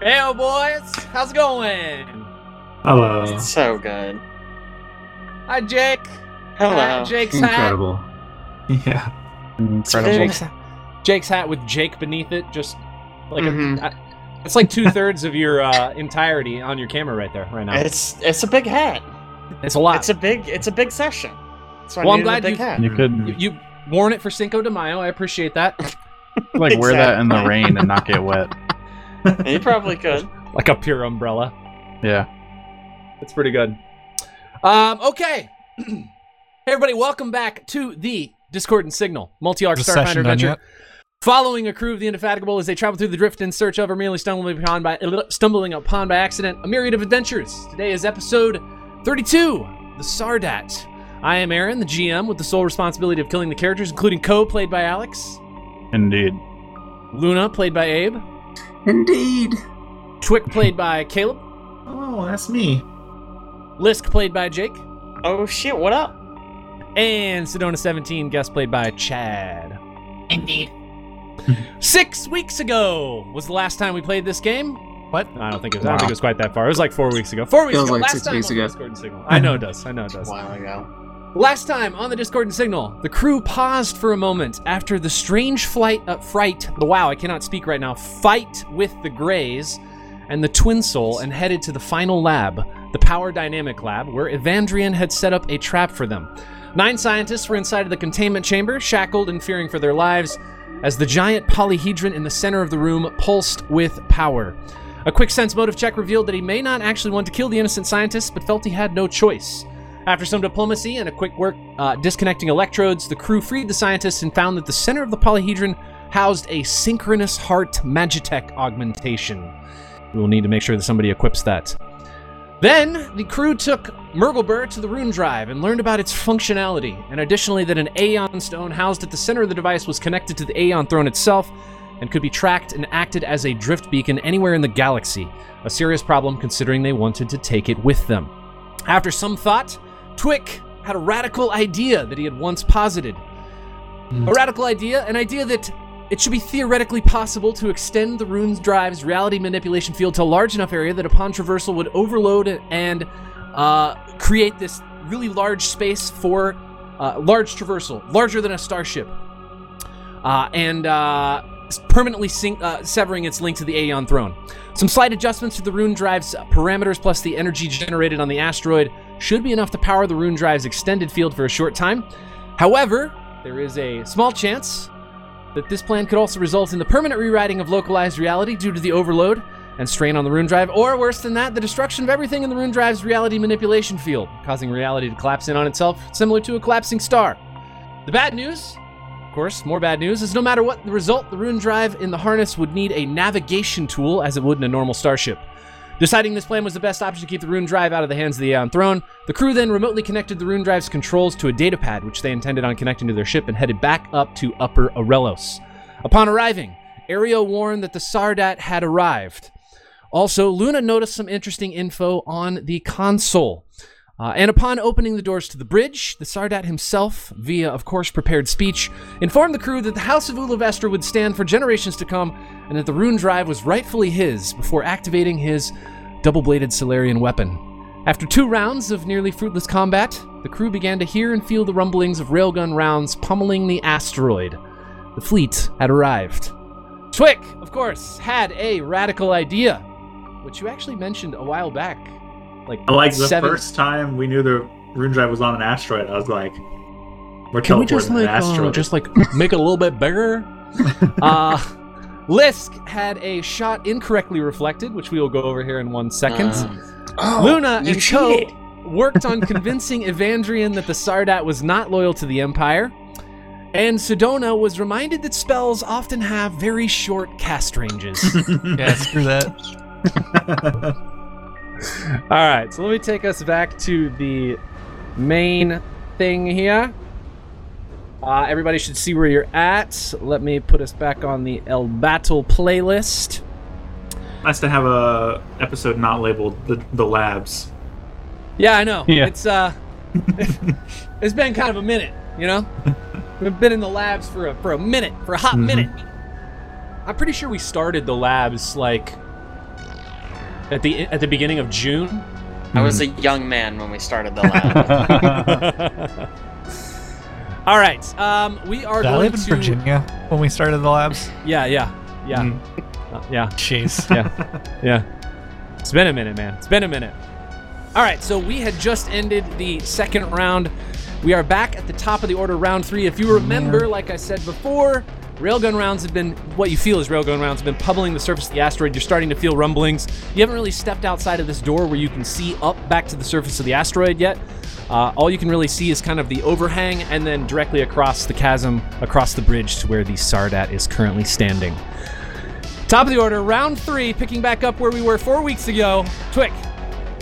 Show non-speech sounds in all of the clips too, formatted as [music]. Hey, oh boys, how's it going? Hello. It's so good. Hi, Jake. Hello. Hi, Jake's hat. Incredible. [laughs] Yeah. Incredible. Jake's, Jake's hat with Jake beneath it, just like Mhm. a, I- it's like two thirds of your uh, entirety on your camera right there, right now. It's, It's it's a big hat. a lot. It's a big it's a big session. That's why Well, I I'm needed glad a big you- hat. You you, could you worn it for Cinco de Mayo. I appreciate that. like wear that in the Exactly. rain and not get wet. [laughs] You probably could. like a pure umbrella. Yeah. That's pretty good. Um, okay. [clears throat] hey, everybody, welcome back to the Discord and Signal multi arc The Starfinder session done adventure. yet? Following a crew of the Indefatigable as they travel through the drift in search of or merely stumbling upon by, stumbling upon by accident a myriad of adventures. Today is episode 32, The Sardat. I am Aaron, the GM, with the sole responsibility of killing the characters, including Co, played by Alex, Indeed. Luna, played by Abe, Indeed. Twick, played by Caleb, Oh, that's me. Lisk, played by Jake, Oh shit, what up? and Sedona17, guest played by Chad. Indeed. Six weeks ago was the last time we played this game. What? I don't think it was, I don't think it was quite that far. It was like four weeks ago. Four weeks Feels ago. like last six time weeks on ago. Discord and Signal. I know it does. I know it A [laughs] does. while ago. Last time on the Discord and Signal, the crew paused for a moment after the strange flight, uh, fright, wow, I cannot speak right now, fight with the Greys and the Twin Soul and headed to the final lab, the Power Dynamic Lab, where Evandrian had set up a trap for them. Nine scientists were inside of the containment chamber, shackled and fearing for their lives, as the giant polyhedron in the center of the room pulsed with power. A quick sense motive check revealed that he may not actually want to kill the innocent scientists, but felt he had no choice. After some diplomacy and a quick work uh, disconnecting electrodes, the crew freed the scientists and found that the center of the polyhedron housed a synchronous heart magitech augmentation. We will need to make sure that somebody equips that. Then, the crew took Murgleburr to the rune drive and learned about its functionality, and additionally, that an Aeon stone housed at the center of the device was connected to the Aeon throne itself and could be tracked and acted as a drift beacon anywhere in the galaxy, a serious problem considering they wanted to take it with them. After some thought, Twick had a radical idea that he had once posited. A radical idea, an idea that it should be theoretically possible to extend the rune's drive's reality manipulation field to a large enough area that upon traversal would overload and uh, create this really large space for uh, large traversal, larger than a starship, uh, and uh, s- permanently sink, uh, severing its link to the Aeon throne. Some slight adjustments to the rune drive's parameters plus the energy generated on the asteroid should be enough to power the rune drive's extended field for a short time. However, there is a small chance that this plan could also result in the permanent rewriting of localized reality due to the overload and strain on the rune drive, or worse than that, the destruction of everything in the rune drive's reality manipulation field, causing reality to collapse in on itself, similar to a collapsing star. The bad news of course, more bad news is no matter what the result, the rune drive in the harness would need a navigation tool as it would in a normal starship. Deciding this plan was the best option to keep the rune drive out of the hands of the Aeon Throne, the crew then remotely connected the rune drive's controls to a datapad, which they intended on connecting to their ship, and headed back up to Upper Aurelos. Upon arriving, Ariel warned that the Sardat had arrived. Also, Luna noticed some interesting info on the console. Uh, and upon opening the doors to the bridge, the Sardat himself, via of course prepared speech, informed the crew that the House of Uluvester would stand for generations to come and that the rune drive was rightfully his before activating his double bladed Solarian weapon. After two rounds of nearly fruitless combat, the crew began to hear and feel the rumblings of railgun rounds pummeling the asteroid. The fleet had arrived. Twick, of course, had a radical idea, which you actually mentioned a while back. Like, Like the seven- first time we knew the rune drive was on an asteroid, I was like, we're Can we teleporting just to like an asteroid. uh, just like make it a little bit [laughs] bigger? uh, Lisk had a shot incorrectly reflected, which we will go over here in one second. Oh, Luna you and Co. cheated. worked on convincing Evandrian that the Sardat was not loyal to the Empire, and Sedona was reminded that spells often have very short cast ranges. Yeah, screw that. [laughs] All right, so let me take us back to the main thing here. Uh, everybody should see where you're at. Let me put us back on the El Battle playlist. nice to have a episode not labeled the, the [laughs] labs. Yeah, I know. Yeah. It's uh, it's been kind of a minute, you know. We've been in the labs for a for a minute, for a hot Mhm. minute. I'm pretty sure we started the labs like at the at the beginning of June. I was a young man when we started the [laughs] lab. All right, um, we are Did I going live in to Virginia when we started the labs? yeah, yeah, yeah, Mm. Uh, yeah, Jeez. [laughs] yeah. It's been a minute, man. It's been a minute. All right, so we had just ended the second round. We are back at the top of the order, round three. If you remember, like I said before, railgun rounds have been what you feel is railgun rounds have been pummeling the surface of the asteroid. You're starting to feel rumblings. You haven't really stepped outside of this door where you can see up back to the surface of the asteroid yet. Uh, all you can really see is kind of the overhang and then directly across the chasm, across the bridge to where the Sardat is currently standing. Top of the order, round three, picking back up where we were four weeks ago. Twick,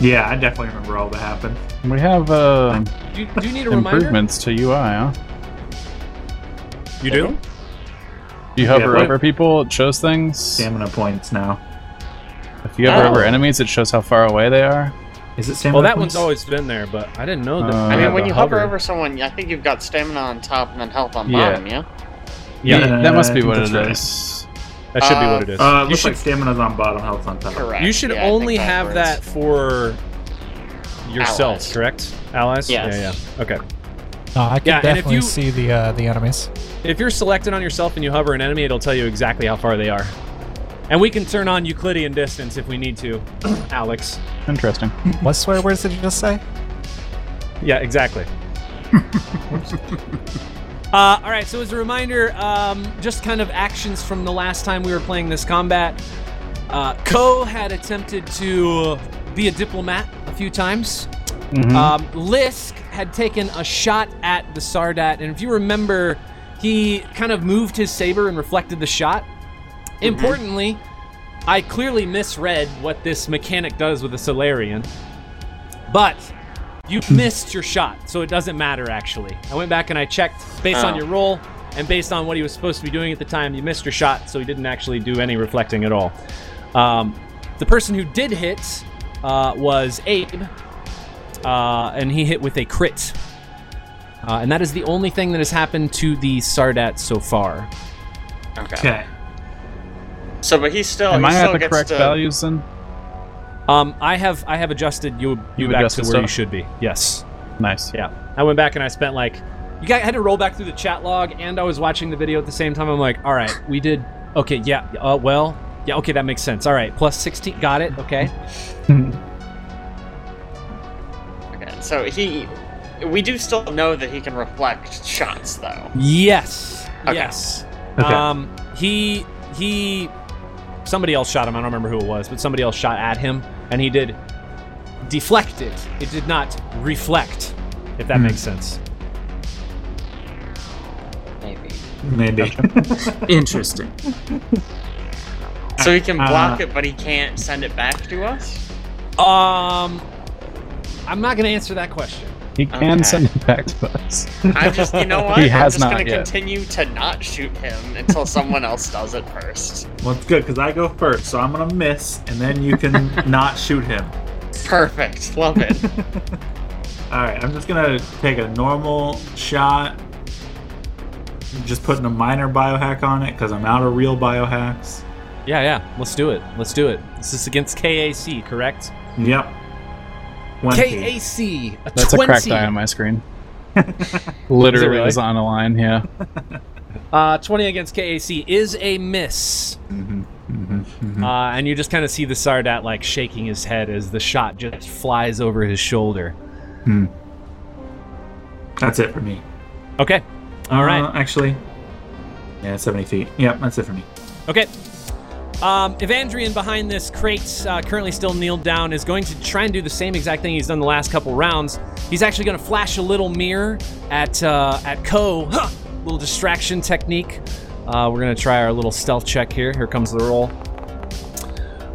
Yeah, I definitely remember all that happened. we have uh, do, do you need a reminder? improvements to UI, huh? You do? You hover but- over people, it shows things. Stamina points now. If you hover Oh. over enemies, it shows how far away they are. Is it stamina? Well, that one's points? always been there, but I didn't know that. Uh, I Yeah, mean, when the you hover hover. over someone, I think you've got stamina on top and then health on Yeah. bottom. Yeah. Yeah, that must I be think what it that's is. right. that should be uh, what it is. Uh, it you looks like should, stamina's on bottom, health's on top. Correct. you should Yeah, I think only have that backwards. for yourself, Allies. correct? Allies? Yes. Yeah, yeah. Okay. No, I can Yeah, and if definitely you- see the uh, the enemies. If you're selected on yourself and you hover an enemy, it'll tell you exactly how far they are. And we can turn on Euclidean distance if we need to, Alex. Interesting. [laughs] What swear words did you just say? Yeah, exactly. [laughs] uh, all right, so as a reminder, um, just kind of actions from the last time we were playing this combat. Uh, Ko had attempted to be a diplomat a few times. Mhm. Um, Lisk had taken a shot at the Sardat, and if you remember, he kind of moved his saber and reflected the shot. Importantly, I clearly misread what this mechanic does with a Solarian, but you missed your shot, so it doesn't matter actually. I went back and I checked based on Oh. your roll and based on what he was supposed to be doing at the time, you missed your shot, so he didn't actually do any reflecting at all. Um, the person who did hit uh, was Abe, uh, and he hit with a crit. Uh, and that is the only thing that has happened to the Sardat so far. Okay. Okay. So, but he still. Am he I Oh, still at the gets correct to, values then? Um, I have I have adjusted you you You've back adjusted to where you stuff? should be. Yes. Nice. Yeah. I went back and I spent like you guys had to roll back through the chat log and I was watching the video at the same time. I'm like, all right, we did okay, yeah, uh, well, yeah, okay, that makes sense. All right, plus sixteen got it, okay. [laughs] Okay. So he. We do still know that he can reflect shots, though. Yes. Okay. Yes. Okay. Uh, Um, he he, somebody else shot him. I don't remember who it was, but somebody else shot at him, and he did deflect it. It did not reflect. If that Hmm. makes sense. Maybe. Maybe. [laughs] Interesting. So he can block Uh, it, but he can't send it back to us. Um, I'm not gonna answer that question. He can Okay. send it back to us. I'm just, you [laughs] know what? He I'm has just not gonna yet. continue to not shoot him until someone else does it first. well, it's good because I go first, so I'm gonna miss, and then [laughs] you can not shoot him. Perfect. Love [laughs] it. All right, I'm just gonna take a normal shot. Just putting a minor biohack on it because I'm out of real biohacks. Yeah, yeah. Let's do it. Let's do it. This is against KAC, correct? Yep. 20. KAC. A That's a 20. cracked eye on my [laughs] screen. Literally really? was on a line, [laughs] yeah. Uh, 20 against KAC is a miss. Mm-hmm. Uh, and you just kind of see the Sardat like shaking his head as the shot just flies over his shoulder. That's it for me. Okay. All right. Uh, actually, yeah, 70 feet. Yep, that's it for me. Okay. Um, Evandrian behind this crate, uh, currently still kneeled down, is going to try and do the same exact thing he's done the last couple rounds. He's actually going to flash a little mirror at uh, at Ko. Huh! Little distraction technique. Uh, we're going to try our little stealth check here. Here comes the roll.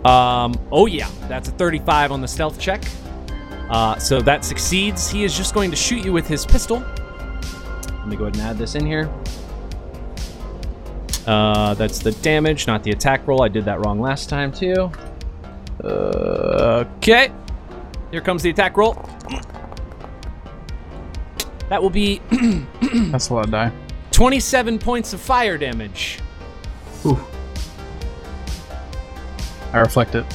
Um, oh yeah, that's a 35 on the stealth check. Uh, so that succeeds. He is just going to shoot you with his pistol. Let me go ahead and add this in here. Uh, that's the damage, not the attack roll. I did that wrong last time too. Uh, okay. Here comes the attack roll. That will be [clears throat] That's a lot of die. 27 points of fire damage. Ooh. I reflect it.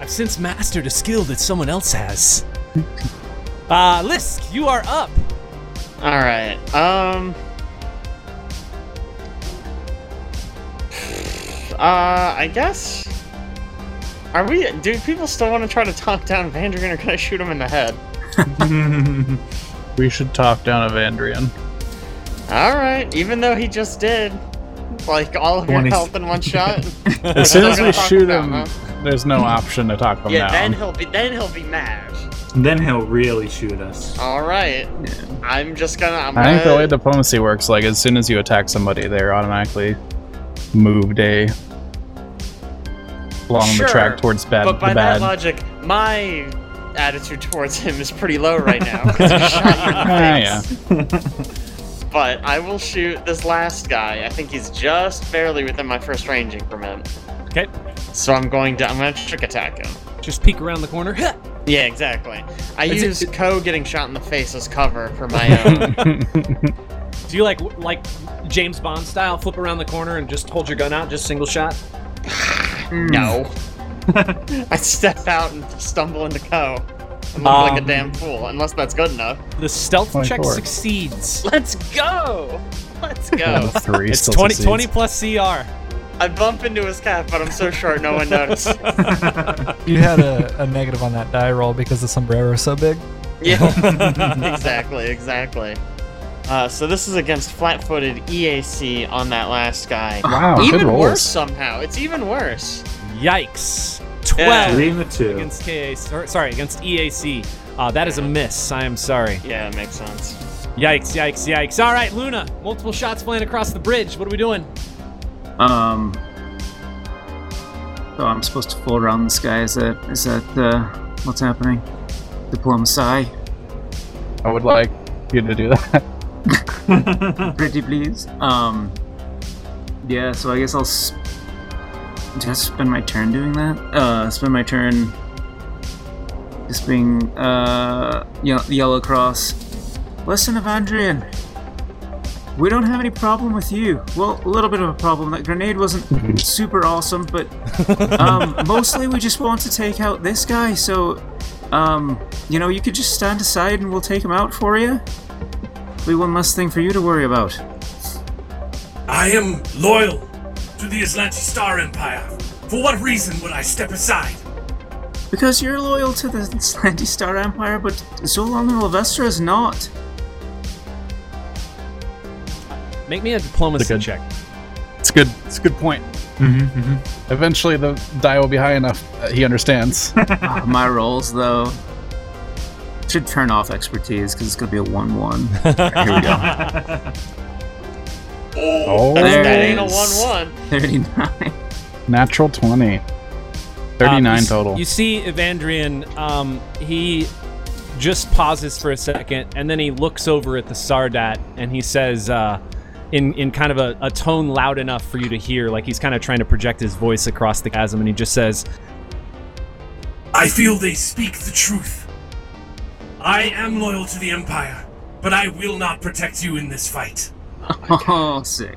I've since mastered a skill that someone else has. [laughs] Uh, Lisk, you are up. All right. Um. [sighs] Uh, I guess. Are we? Do people still want to try to talk down Vandergan, or can I shoot him in the head? [laughs] We should talk down a Vandrian. All right. Even though he just did, like all of your 20. health in one [laughs] shot. [laughs] As soon as we Talk shoot down, him, there's no option to talk him yeah. Then down. he'll be. Then he'll be mad. then he'll really shoot us. All right. I'm just gonna. I'm I think the gonna- way diplomacy works, like as soon as you attack somebody, they're automatically moved a along Sure, the track towards bad But by the that bad. logic, my attitude towards him is pretty low right now. 'cause [laughs] he shot you in the Ah, face. yeah. [laughs] But I will shoot this last guy. I think he's just barely within my first range increment. Okay. So I'm going to I'm going to trick attack him. Just peek around the corner. [laughs] Huh. Yeah, exactly. I Is it- use Ko getting shot in the face as cover [laughs] for my own. Do you like like James Bond style flip around the corner and just hold your gun out, just single shot? Hmm. no. [laughs] I step out and stumble into Ko. I'm not like a Um, damn fool, unless that's good enough. The stealth check 24. succeeds. Let's go! Let's Oh, go! three It's still 20, succeeds. 20 plus CR. I bump into his cap, but I'm so short no [laughs] one noticed. You had a, a negative on that die roll because the sombrero is so big. [laughs] Yeah, exactly, exactly. Uh, so this is against flat-footed EAC on that last guy. Wow, Oh, good even rolls. worse somehow. It's even worse. Yikes. Yeah. 12 Three and a two. against KAC, or, sorry, against EAC. Uh, that is a miss. I am sorry. Yeah, it makes sense. Yikes, yikes, yikes. All right, Luna, multiple shots flying across the bridge. What are we doing? Um. So I'm supposed to fool around this guy. Is that is that uh, what's happening? Diplomacy, I would like you to do that. pretty please. Um. Yeah. So I guess I'll. S- did I spend my turn doing that? Uh, spend my turn. Just being uh ye- yellow cross. Listen, Evandrian. We don't have any problem with you. Well, a little bit of a problem. That grenade wasn't super awesome, but um, mostly we just want to take out this guy. So, um, you know, you could just stand aside and we'll take him out for you. Be one less thing for you to worry about. I am loyal to the Atlantis Star Empire. For what reason would I step aside? Because you're loyal to the Slanty Star Empire, but Zolan and Levestra is not. Make me a diplomacy It's a good- check. It's good. It's a good point. Mm-hmm, Eventually, the die will be high enough that [laughs] he understands. Ah, my rolls, though, should turn off expertise because it's going to be a [laughs] 1 [laughs] 1. Here we go. oh, There that it ain't a is. one-one. 39. natural twenty. Uh, Thirty-nine Um, you s- total. You see Evandrian, um, he just pauses for a second and then he looks over at the Sardat and he says, uh, in, in kind of a, a tone loud enough for you to hear, like he's kind of trying to project his voice across the chasm, and he just says, I feel they speak the truth. I am loyal to the Empire, but I will not protect you in this fight. Oh, sick.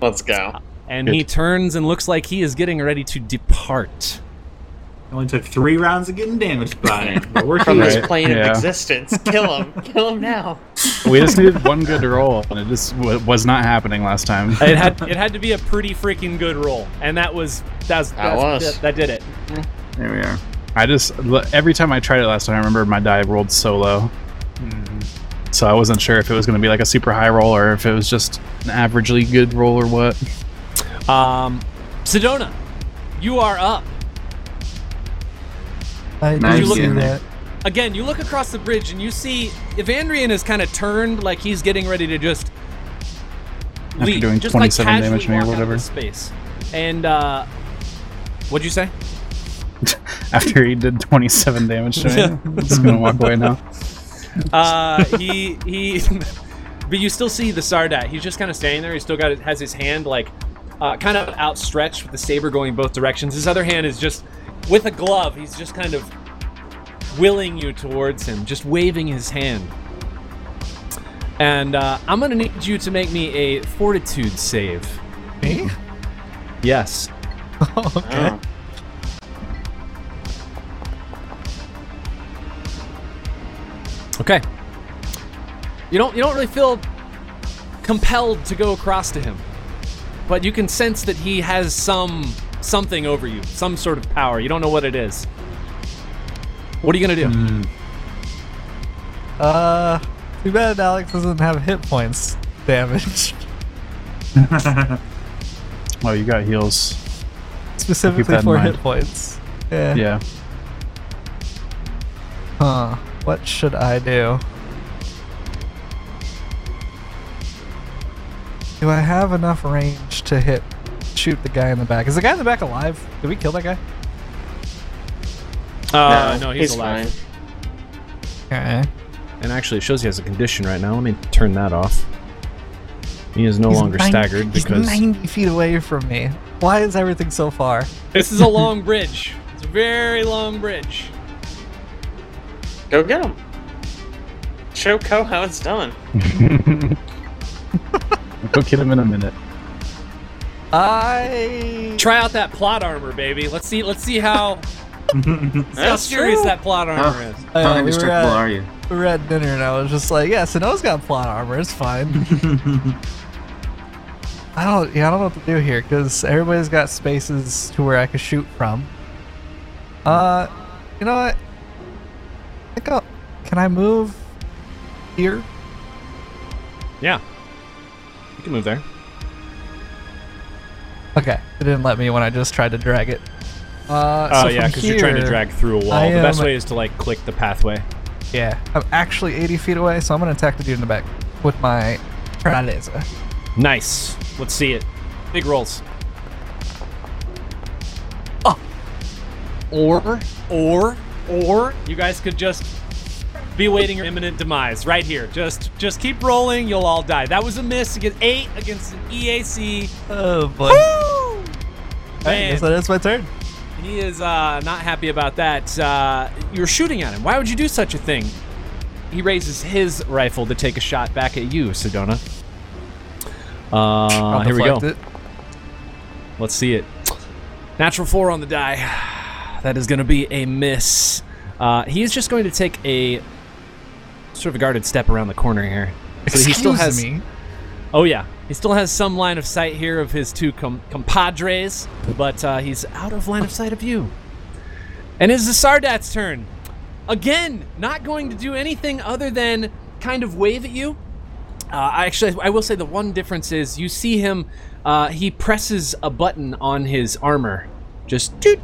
Let's go. and Good. he turns and looks like he is getting ready to depart. Only took three rounds of getting damaged by it, [laughs] but we're From here. this plane yeah. of existence, kill him. kill him now. we just needed one good roll, and it just w- was not happening last time. It had it had to be a pretty freaking good roll, and that was that's, That that's was. that, that did it. There we are. I just l- every time I tried it last time, I remember my die rolled so low, Mm-hmm. so I wasn't sure if it was going to be like a super high roll or if it was just an averagely good roll or what. [laughs] Um, Sedona, you are up. I Nice. do You see look- that. Again, you look across the bridge and you see Evandrian is kind of turned, like he's getting ready to just After leave, doing just 27 like damage to me or casually walk out of whatever. the space. And uh, what'd you say? After he did twenty-seven damage to [laughs] me, I'm just going to walk away now. Uh, he he, [laughs] but you still see the Sardat. He's just kind of standing there. He's still got his- has his hand like uh, kind of outstretched with the saber going both directions. His other hand is just with a glove. He's just kind of willing you towards him, just waving his hand. And uh, I'm gonna need you to make me a fortitude save. Me? Yes. okay. Oh. Okay. You don't you don't really feel compelled to go across to him. But you can sense that he has some something over you, some sort of power. You don't know what it is. What are you going to do? Uh, too bad Alex doesn't have hit points damage. [laughs] Oh, you got heals. Specifically in for mind. hit points. Yeah. Yeah. Huh. What should I do? Do I have enough range to hit, shoot the guy in the back? Is the guy in the back alive? Did we kill that guy? Uh, no, he's, alive. Okay. And actually, it shows he has a condition right now. Let me turn that off. He is no longer staggered because he's 90 feet away from me. Why is everything so far? this is a long bridge. It's a very long bridge. Fine. Go get him. Show Ko how it's done. Go get him in a minute. I Try out that plot armor, baby. Let's see. Let's see how see how That's serious true. that plot armor Huh? is. Uh, Oh, How we were indestructible at- are you? we were at dinner and I was just like, yeah, Sano's got plot armor. It's fine. I don't, yeah, I don't know what to do here because everybody's got spaces to where I can shoot from. Uh, you know what? I think I'll, can I move here? Yeah. You can move there. Okay, it didn't let me when I just tried to drag it. Uh, Oh so yeah, because because you're trying to drag through a wall. I the best am- way is to like click the pathway. Yeah, I'm actually 80 feet away, so I'm gonna attack the dude in the back with my laser. Nice. Let's see it. Big rolls. Oh. [laughs] Or or or you guys could just be waiting your imminent demise right here. Just just keep rolling. You'll all die. That was a miss against eight against an E EAC. Oh boy! I Man, guess that is my turn. he is uh, not happy about that. Uh, you're shooting at him. Why would you do such a thing? He raises his rifle to take a shot back at you, Sedona. Uh, I'll here we go. deflect It. Let's see it. Natural four on the die. That is going to be a miss. Uh, he is just going to take a sort of a guarded step around the corner here. So he still Excuse has. me. Oh yeah, he still has some line of sight here of his two com- compadres, but uh, he's out of line of sight of you. And it is the Sardat's turn. Again, not going to do anything other than kind of wave at you. Uh, I actually, I will say the one difference is you see him. Uh, he presses a button on his armor, just toot,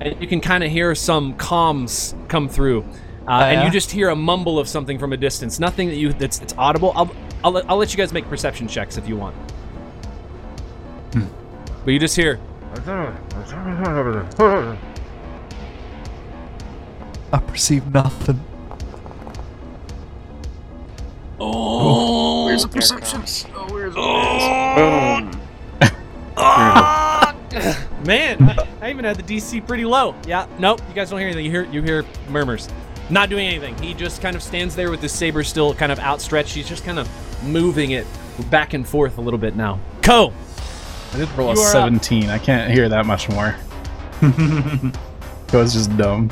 and you can kind of hear some comms come through, uh, and yeah? you just hear a mumble of something from a distance. Nothing that you that's it's audible. I'll, I'll, let- I'll let you guys make perception checks if you want. But you just hear I perceive nothing. Where's the perception? Oh, where's Boom. Man, I, I even had the DC pretty low. Yeah, nope. You guys don't hear anything. You hear you hear murmurs. Not doing anything. He just kind of stands there with his saber still kind of outstretched. He's just kind of moving it back and forth a little bit now. Co. I did roll a You are up. 17. I can't hear that much more. it was just [laughs] dumb.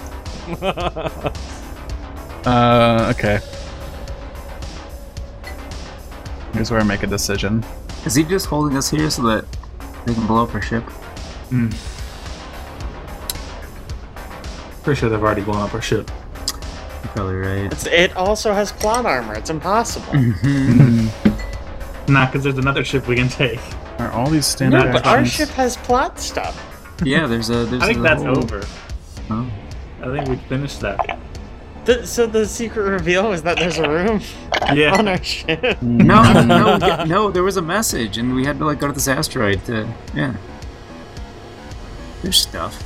uh, okay. Here's where I make a decision. Is he just holding us here so that they can blow up our ship? Pretty sure they've already blown up our ship. You're probably [laughs] right. It's, it also has plot armor. It's impossible. Not because there's another ship we can take. Are all these standard no, but our actions- ship has plot stuff. Yeah, there's a. There's I think a that's whole- over. Oh. I think we finished that. The, so the secret reveal is that there's a room [laughs] on Yeah. our ship. [laughs] No, no, yeah, no. There was a message, and we had to like go to this asteroid to. Yeah. There's stuff.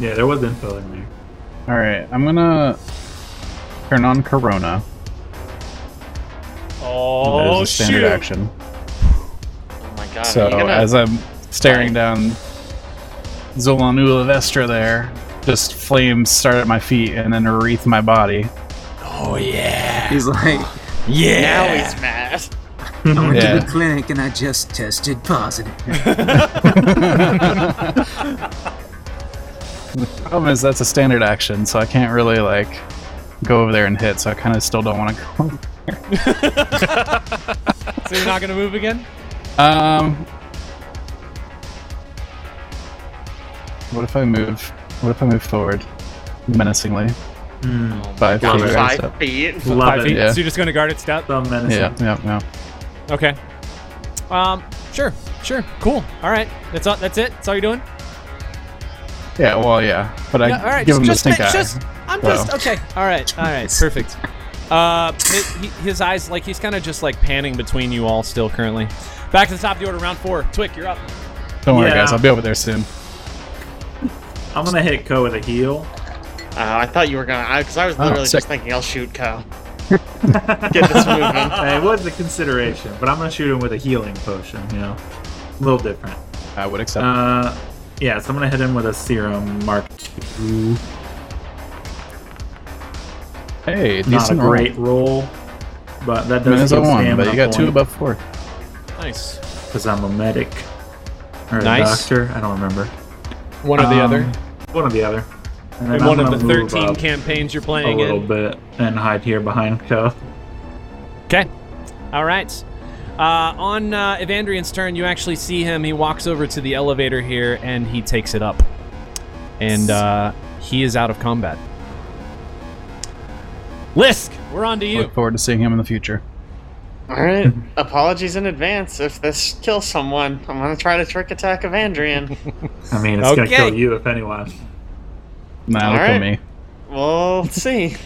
Yeah, there was info in there. All right, I'm gonna turn on Corona. Oh as a standard action. Oh my god. so are you gonna- as I'm staring down Zolanula Vestra there, just flames start at my feet and then wreath my body. Oh yeah. He's like, Yeah. now he's mad. I went to Yeah. the clinic and I just tested positive. Problem is that's a standard action, so I can't really like go over there and hit. So I kind of still don't want to [laughs] go. over there. So you're not gonna move again? Um, what if I move? What if I move forward, menacingly? Five feet. Hmm. Down five right? So- feet. Uh, Love Five it. feet. Yeah. So you're just gonna guard its step? So menacing. Yeah, yeah, yeah. Okay. Um, sure, sure, cool. All right, that's all. That's it. That's all you're doing. Yeah, well, yeah, but I Yeah, all right, give him just, the stink ma- eye. just, I'm so- just okay. All right, all right, perfect. Uh, his, he, his eyes, like he's kind of just like panning between you all still currently. Back to the top of the order, round four. Twick, you're up. Don't worry, Yeah. guys. I'll be over there soon. I'm gonna hit Ko with a heal. Uh, I thought you were gonna, because I, was Oh, literally sick. just thinking I'll shoot Ko. Get this moving. Hey, it was a consideration, but I'm gonna shoot him with a healing potion. You know, a little different. I would accept. Uh, yeah, so I'm gonna hit him with a serum mark. Two. hey, Not a decent roll. great roll, but that I mean, does it's a give one, stamina but you got two point. above four. Nice. because I'm a medic or Nice. a doctor. I don't remember. One or the other. Um, One or the other. And In I'm one of gonna the move 13 up campaigns you're a playing little in. bit and hide here behind Ko. Okay. All right. Uh, on uh, Evandrian's turn, you actually see him. He walks over to the elevator here and he takes it up. And uh, he is out of combat. Lisk, we're on to you. Look forward to seeing him in the future. [laughs] All right. Apologies in advance if this kills someone. I'm gonna try to trick attack of Andrian. I mean, it's gonna Okay. kill you if anyone. Nah, All look right. at me. We'll see.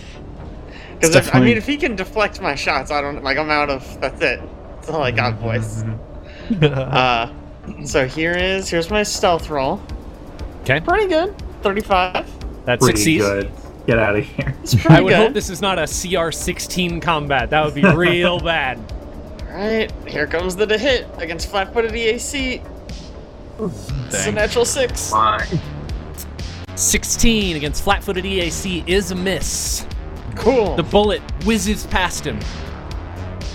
Because I definitely- mean, if he can deflect my shots, I don't like. I'm out of. That's it. That's all I [laughs] got, boys. uh, so here is here's my stealth roll. Okay. Pretty good. Thirty-five. That Pretty succeeds. good. Get out of here. It's pretty E. I would good. hope this is not a CR 16 combat. That would be [laughs] real bad. All right. Here comes the to hit against flat-footed EAC. It's a Dang. natural six. Why? 16 against flat footed EAC is a miss. Cool. The bullet whizzes past him.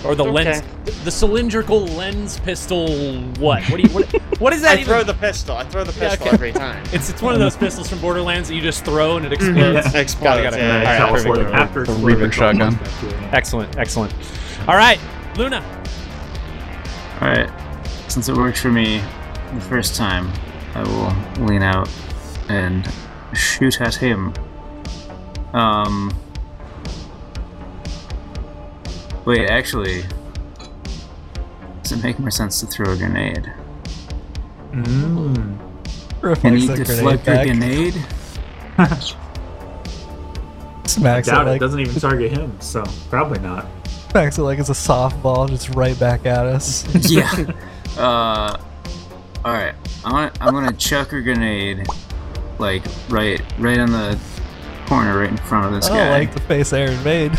Or the Okay. lens, the cylindrical lens pistol. What? What do you? What, what is that I even? throw the pistol. I throw the Yeah, pistol okay. [laughs] every time. It's it's one of those pistols from Borderlands that you just throw and it explodes. Yeah. Explodes, gotta- yeah. all right, Teleport perfect. after The exploding Reaper comes shotgun. back to you. Excellent, excellent. All right, Luna. All right. Since it worked for me the first time, I will lean out and shoot at him. Um. Wait, actually, does it make more sense to throw a grenade? Mm. Can Reflex you that deflect your grenade back. grenade? Smacks it, Doubt it like, doesn't even target him, so probably not. smacks it like it's a softball, just right back at us. yeah. [laughs] Uh, all right. I'm gonna, I'm gonna chuck a grenade, like right, right on the corner, right in front of Oh, this I don't guy. like the face Aaron made.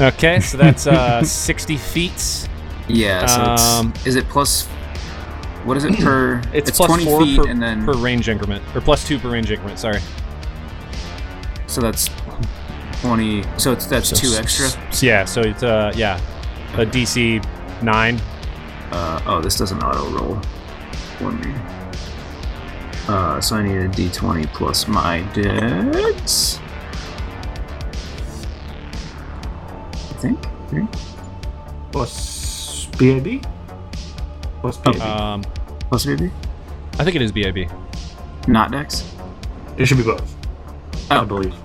Okay, so that's [laughs] uh, 60 feet. yeah. So Um, it's, is it plus? What is it per? It's, plus 20 four feet, per, and then per range increment, or plus two per range increment. Sorry. so that's twenty. So it's that's two extra. So, yeah, so it's uh yeah, a DC nine. Uh, oh, this doesn't auto roll for me. Uh, so I need a d20 plus my dex. I think. Three? Plus BAB? Plus BAB. Um, Plus maybe? I think it is BAB. Not dex? it should be both, I Oh, believe.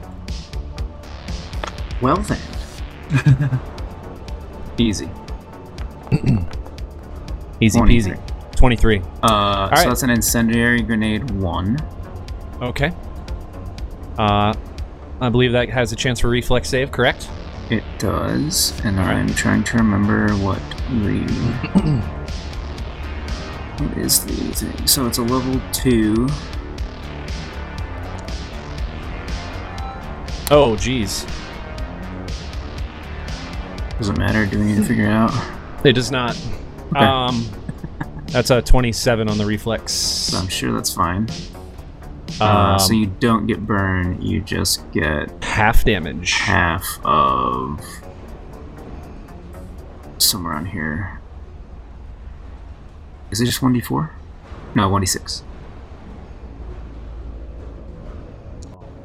well then. Easy. Easy 23. peasy. Twenty three. Uh, right. So that's an incendiary grenade one. Okay. Uh, I believe that has a chance for reflex save. Correct. It does, and I'm trying to remember what the. what is the thing? So it's a level two. Oh, geez. Doesn't matter. Do we need to figure it out? It does [laughs] not. Um, that's a twenty-seven on the reflex. So I'm sure that's fine. Uh, Um, so you don't get burn. You just get half damage. half of somewhere on here. Is it just 1d4? No, 1d6.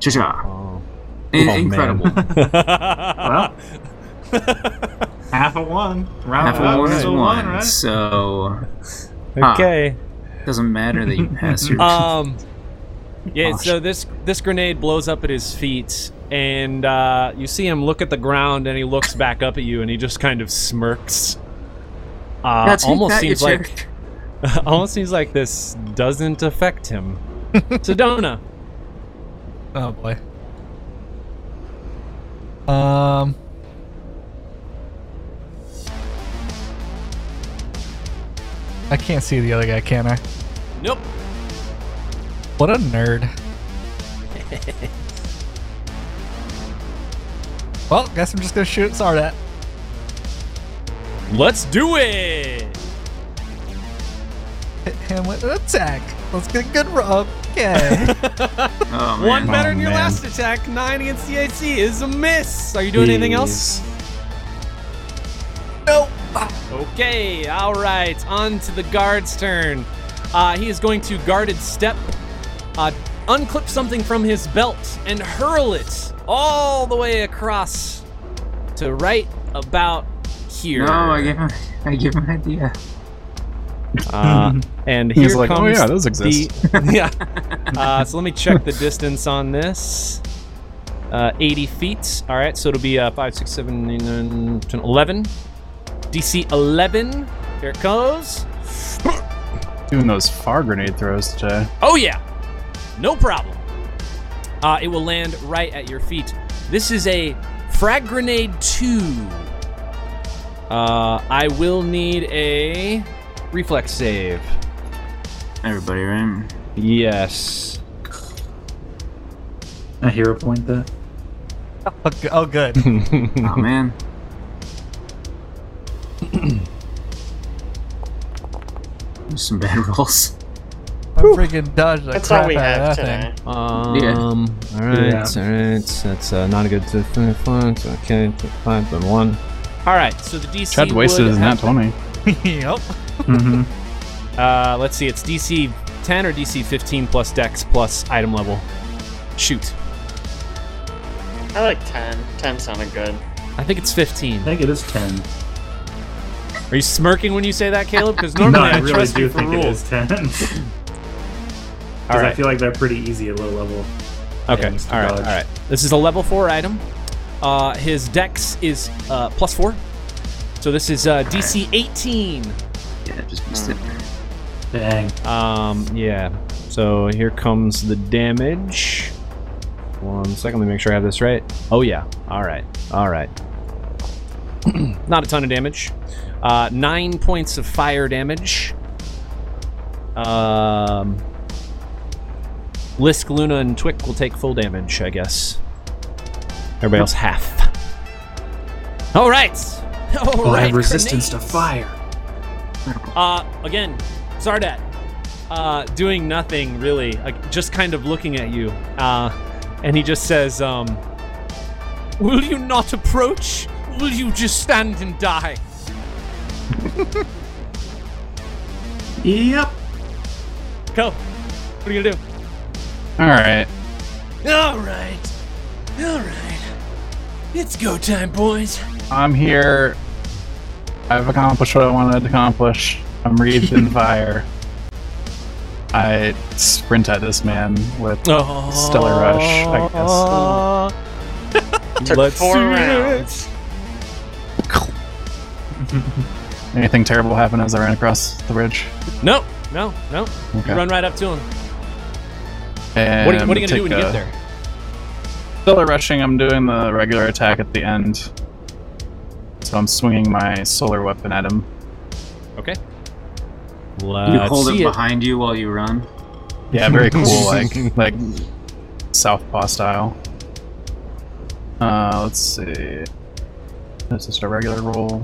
Cha cha. Oh. [laughs] Incredible. Well, half a one. Round Half it up a one to is a one, right? so Ah. okay. doesn't matter that you pass your. Um. Yeah. Gosh. So this this grenade blows up at his feet, and uh, you see him look at the ground, and he looks back up at you, and he just kind of smirks. Uh, That's almost that, you seems like jerk. [laughs] almost seems like this doesn't affect him. Sedona. Oh boy. Um. I can't see the other guy, can I? Nope. What a nerd. well, guess I'm just gonna shoot Sardat. Let's do it. Hit [laughs] him with an attack. Let's get a good rub. Okay. [laughs] Oh, man. One better than your man. last attack. Nine against the AC is a miss. Are you doing anything else? nope. Okay, all right. On to the guard's turn. Uh, he is going to guarded step, uh, unclip something from his belt, and hurl it all the way across to right about here. No, I gave him. I gave him an idea. Uh, [laughs] and here He's like, "Oh, comes yeah, those exist." [laughs] The, [laughs] yeah. Uh, so let me check the distance on this. Uh, 80 feet. All right, so it'll be uh, 5, 6, 7, 8, 9, 10, 11. DC 11. Here it goes. Doing those far grenade throws today. Oh, yeah. No problem. Uh, it will land right at your feet. This is a frag grenade 2. Uh, I will need a reflex save. Everybody, right? Yes. A hero point that. Oh, g- oh, good. Oh man. There's some bad [laughs] rolls. I friggin' dodged the That's crap all we out have of that today. thing. Um, Yeah. All right. Yeah. All right. That's uh, not a good defense. Okay. Five and one. All right. So the DC. Chad wasted would his nat have, 20. [laughs] yep. Uh, let's see. It's DC 10 or DC 15 plus Dex plus item level. Shoot. I like 10. 10 sounded good. I think it's I 15. think it is ten. Are you smirking when you say that, Caleb? Because normally No, I, I really trust do you for think it rules. is [laughs] ten. Because All I right. feel like they're pretty easy at low level. Okay. Yeah, Mr. all right. Dodge. All right. This is a level four item. Uh, his Dex is uh, plus four. So this is uh, DC 18. Yeah, just missed it. Dang. Um, yeah. So here comes the damage. One second, let me make sure I have this right. Oh yeah. All right. All right. [clears throat] Not a ton of damage. Uh, nine points of fire damage. Um, Lisk, Luna, and Twick will take full damage, I guess. Everybody else half. All right. [laughs] All right. grenades. Uh, again, Zardat, uh, doing nothing really, like just kind of looking at you, uh, and he just says, um, "Will you not approach? Will you just stand and die?" Yep. Go. What are you gonna do? All right. All right. All right. It's go time, boys. I'm here. I've accomplished what I wanted to accomplish. I'm [laughs] wreathed in fire. I sprint at this man with Oh. Stellar Rush, I Took Let's four see rounds. anything terrible happen as I ran across the ridge. No, no, no. Okay. Run right up to him. And What are you, what are you gonna take uh, do when you a- get there? Stellar rushing. I'm doing the regular attack at the end. So I'm swinging my solar weapon at him. Okay. you Let's hold it Uh, see behind you while you run. Yeah, very cool, like like southpaw style. Uh, let's see. That's just a regular roll.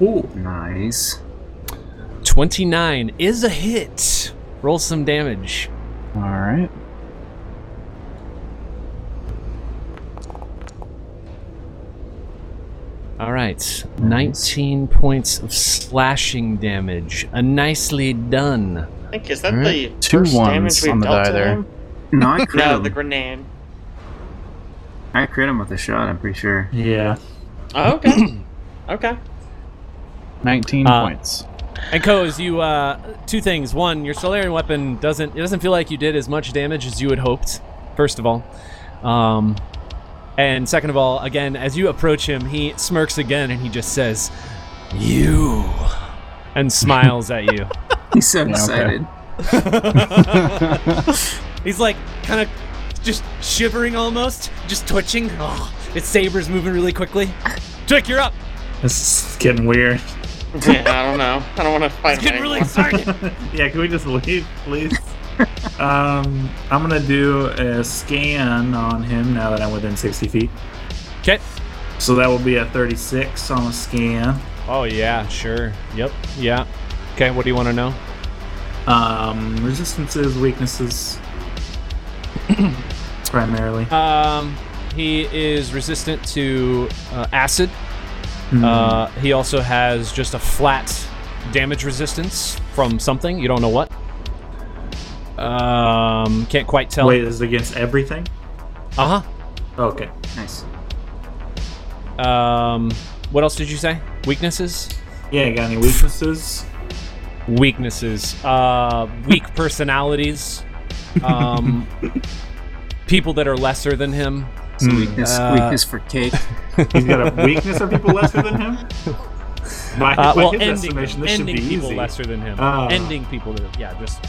Nice. 29 is a hit. Roll some damage. All right. All right, 19 points of slashing damage. A nicely done. I think is that Alright, the two first ones damage we've on the dealt die to there. him? No, I crit No, him. the [clears throat] grenade. I crit him with a shot. I'm pretty sure. Yeah. Oh, okay. okay. 19 Uh, points. And Coz, you uh, two things. One, your Solarian weapon doesn't it doesn't feel like you did as much damage as you had hoped. First of all, um, and second of all, again as you approach him, he smirks again and he just says, "You," and smiles at you. He's so okay. excited. He's like kind of just shivering almost, just twitching. Oh, his saber's moving really quickly. Trick, you're up. This is getting weird. Yeah, I don't know. I don't want to fight him Getting anymore. really excited. [laughs] [laughs] yeah, can we just leave, [laughs] please? um, I'm gonna do a scan on him now that I'm within 60 feet. Okay. So that will be a 36 on a scan. Oh yeah, sure. Yep. Yeah. Okay. What do you want to know? Um, resistances, [coughs] weaknesses, primarily. Um, he is resistant to uh, acid. Uh, he also has just a flat damage resistance from something you don't know what. Um, can't quite tell. Wait, this is against everything? Uh Okay. Nice. huh. Um, what else did you say? Weaknesses. Yeah, got any weaknesses? Weaknesses. Uh, weak personalities. Um, people that are lesser than him. So Hmm, weakness, Uh, weakness for cake. He's got a weakness of people lesser than him? By, Uh, by well, his ending, estimation, this should ending be people easy. lesser than him. Ah. ending people that, yeah, just.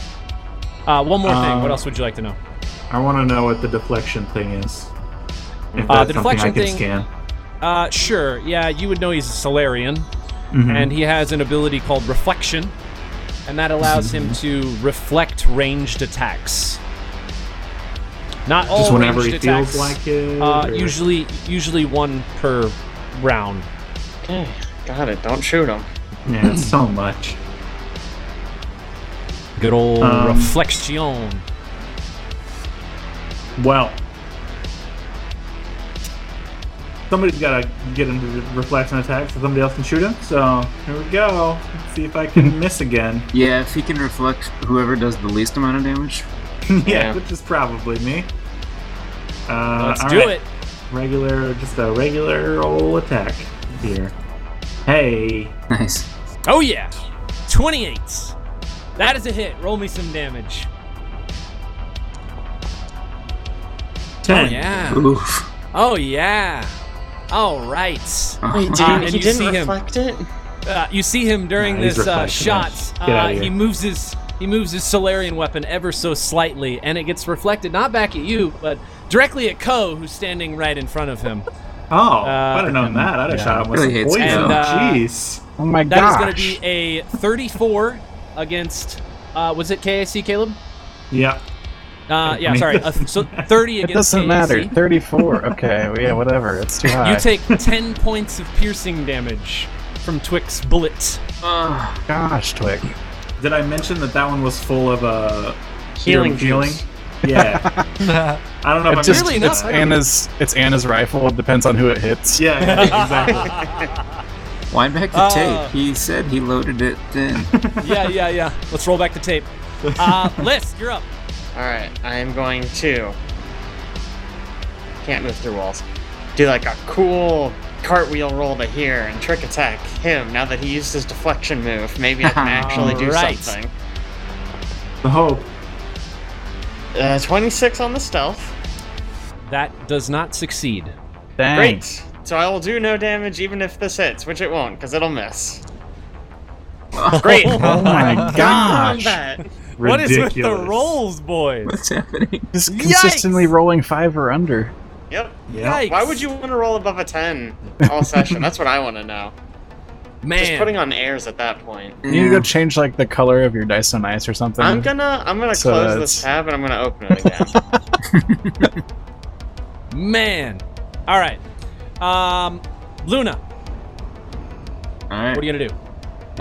Uh, one more thing. What Um, else would you like to know? I want to know what the deflection thing is. If that's Uh, the something I deflection can thing- scan. Uh, sure. Yeah, you would know he's a Solarian, Mm-hmm. and he has an ability called Reflection, and that allows him to Mm-hmm. reflect ranged attacks. Not all Just whenever he ranged attacks. feels like it. uh, or- usually, usually one per round. Okay. [laughs] Got it. Don't shoot him. Yeah, it's so much. Good old Um, Reflection. Well, somebody's got to get him to reflect an attack so somebody else can shoot him. So here we go. Let's see if [laughs] I can miss again. Yeah, if he can reflect whoever does the least amount of damage. [laughs] yeah, Yeah. which is probably me. Uh, Let's all do right. it. Regular, just a regular old attack here. Hey, Nice. Oh yeah, twenty-eight. That is a hit. Roll me some damage. Oh ten. yeah. Oof. Oh yeah. All right. [laughs] Wait, did he- and he you didn't see him. reflect it? Uh, you see him during Nah, he's this uh, reflecting. shot. Get Uh, outta here. he moves his he moves his Solarian weapon ever so slightly, and it gets reflected not back at you, but directly at Ko, who's standing right in front of him. Oh, I'd have known that. I'd have shot him with Really some hates poison. Cal. Uh, And, uh, Jeez. Oh my That is gosh. going to be a 34 against. Uh, was it KAC, Caleb? Yeah. Uh, yeah, [laughs] sorry. A, so 30 It against. doesn't KAC. [laughs] matter. 34. Okay. Yeah, whatever. It's too high. You take 10 [laughs] points of piercing damage from Twix Bullet. Ugh. Gosh, Twig. Did I mention that that one was full of uh, Healing healing? juice. Yeah. I [laughs] Oh, don't know if I It's just mentioned Weirdly enough, it's I don't- Anna's it's Anna's rifle. It depends on who it hits. Yeah, [laughs] yeah, exactly. Why back the Uh. tape? He said he loaded it then. [laughs] Yeah, yeah, yeah. Let's roll back the tape. Uh, List, you're up. All right, I am going to. Can't move through walls. Do like a cool cartwheel roll to here and trick attack him. Now that he used his deflection move, maybe [laughs] I can actually do Alright. something. the hope. Uh, 26 on the stealth. That does not [laughs] succeed. Dang. Great. So I will do no damage even if this hits, which it won't, because it'll miss. Great. Oh my Confirm gosh. that. [laughs] What is with the Ridiculous. rolls, boys? [laughs] What's happening? Just consistently rolling five or under. Yep. Yeah. Why would you want to roll above a 10 all session? That's what I want to know. Man. Just putting on airs at that point. You need to Mm. go change like the color of your dice on ice or something. I'm gonna I'm gonna So close that's- this tab and I'm gonna open it again. Man. All right. Um, Luna, Alright. what are you going to do?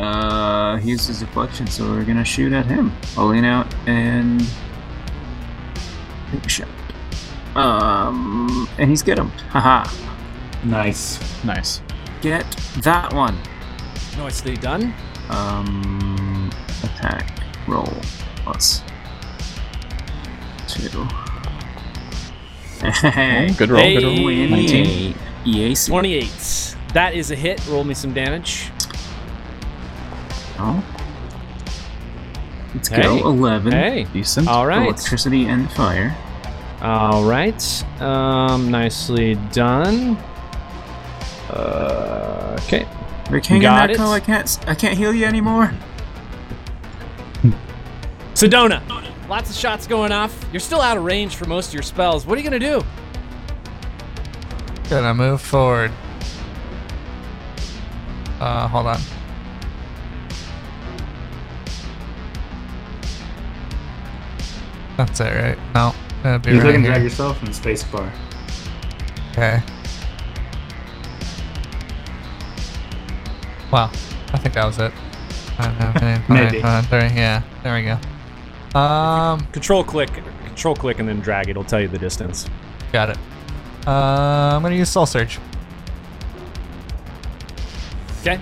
Uh, he used his deflection, so we're gonna shoot at him. I'll lean out and take a shot. Um, and he's get him. Haha. Nice. nice. get that one. Nicely done. Um, attack roll plus two. [laughs] Oh, Hey, Good roll, good roll. Hey. 19. 28 EAC. 28. That is a hit. Roll me some damage. Oh. Let's Hey. go. 11. Hey. Decent. All right. Electricity and fire. All right. Um, nicely done. Uh, okay. Rick, hang Got on, Echo, it. I can't, s- I can't heal you anymore. Oh, Sedona. Lots of shots going off. You're still out of range for most of your spells. What are you gonna do? Gonna move forward. Uh, hold on. That's it, right? No, that'd be You right can drag here. yourself in the space bar. Okay. Wow, I think that was it. I don't have [laughs] any- Maybe. Hold on, there- yeah, there we go. Um, Control click. Control click and then drag. It'll tell you the distance. got it. Uh, I'm gonna use Soul Surge. Okay.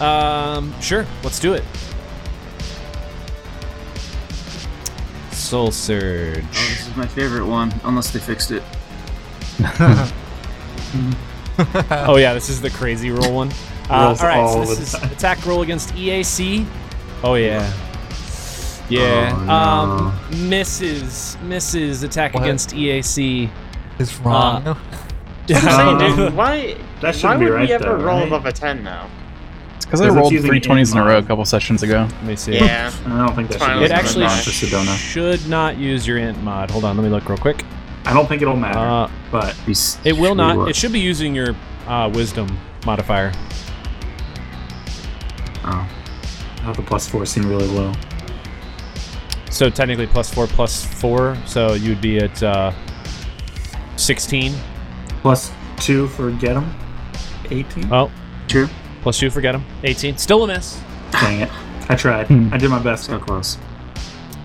Um, sure. Let's do it. Soul Oh, surge. this is my favorite one, unless they fixed it. Oh yeah, this is the crazy roll one. Uh, Rolls all right, so all this the is time. attack roll against E EAC. Oh yeah. Yeah. Oh, no. Um, misses. Misses attack What? against E EAC. Is wrong. I'm saying, [laughs] Um, dude, why? that why shouldn't be would right, we ever though, roll right? above a ten now? It's because I Because it's rolled using three 20s in a in row a mod. couple sessions ago. Let me see. Yeah. I don't think that Fine, should be It right let's actually now mod. for Sedona. should not use your int mod. Hold on, let me look real quick. I don't think it'll matter, Uh, but Be s- It will we not. were- It should be using your uh, wisdom modifier. Oh. how the plus four seem really low. So technically plus four plus four. So you'd be at uh, sixteen. Plus two for get 'em. 18? Oh, True. plus two. Forget him. Eighteen. Still a miss. Dang it. I tried. Hmm. I did my best. So close.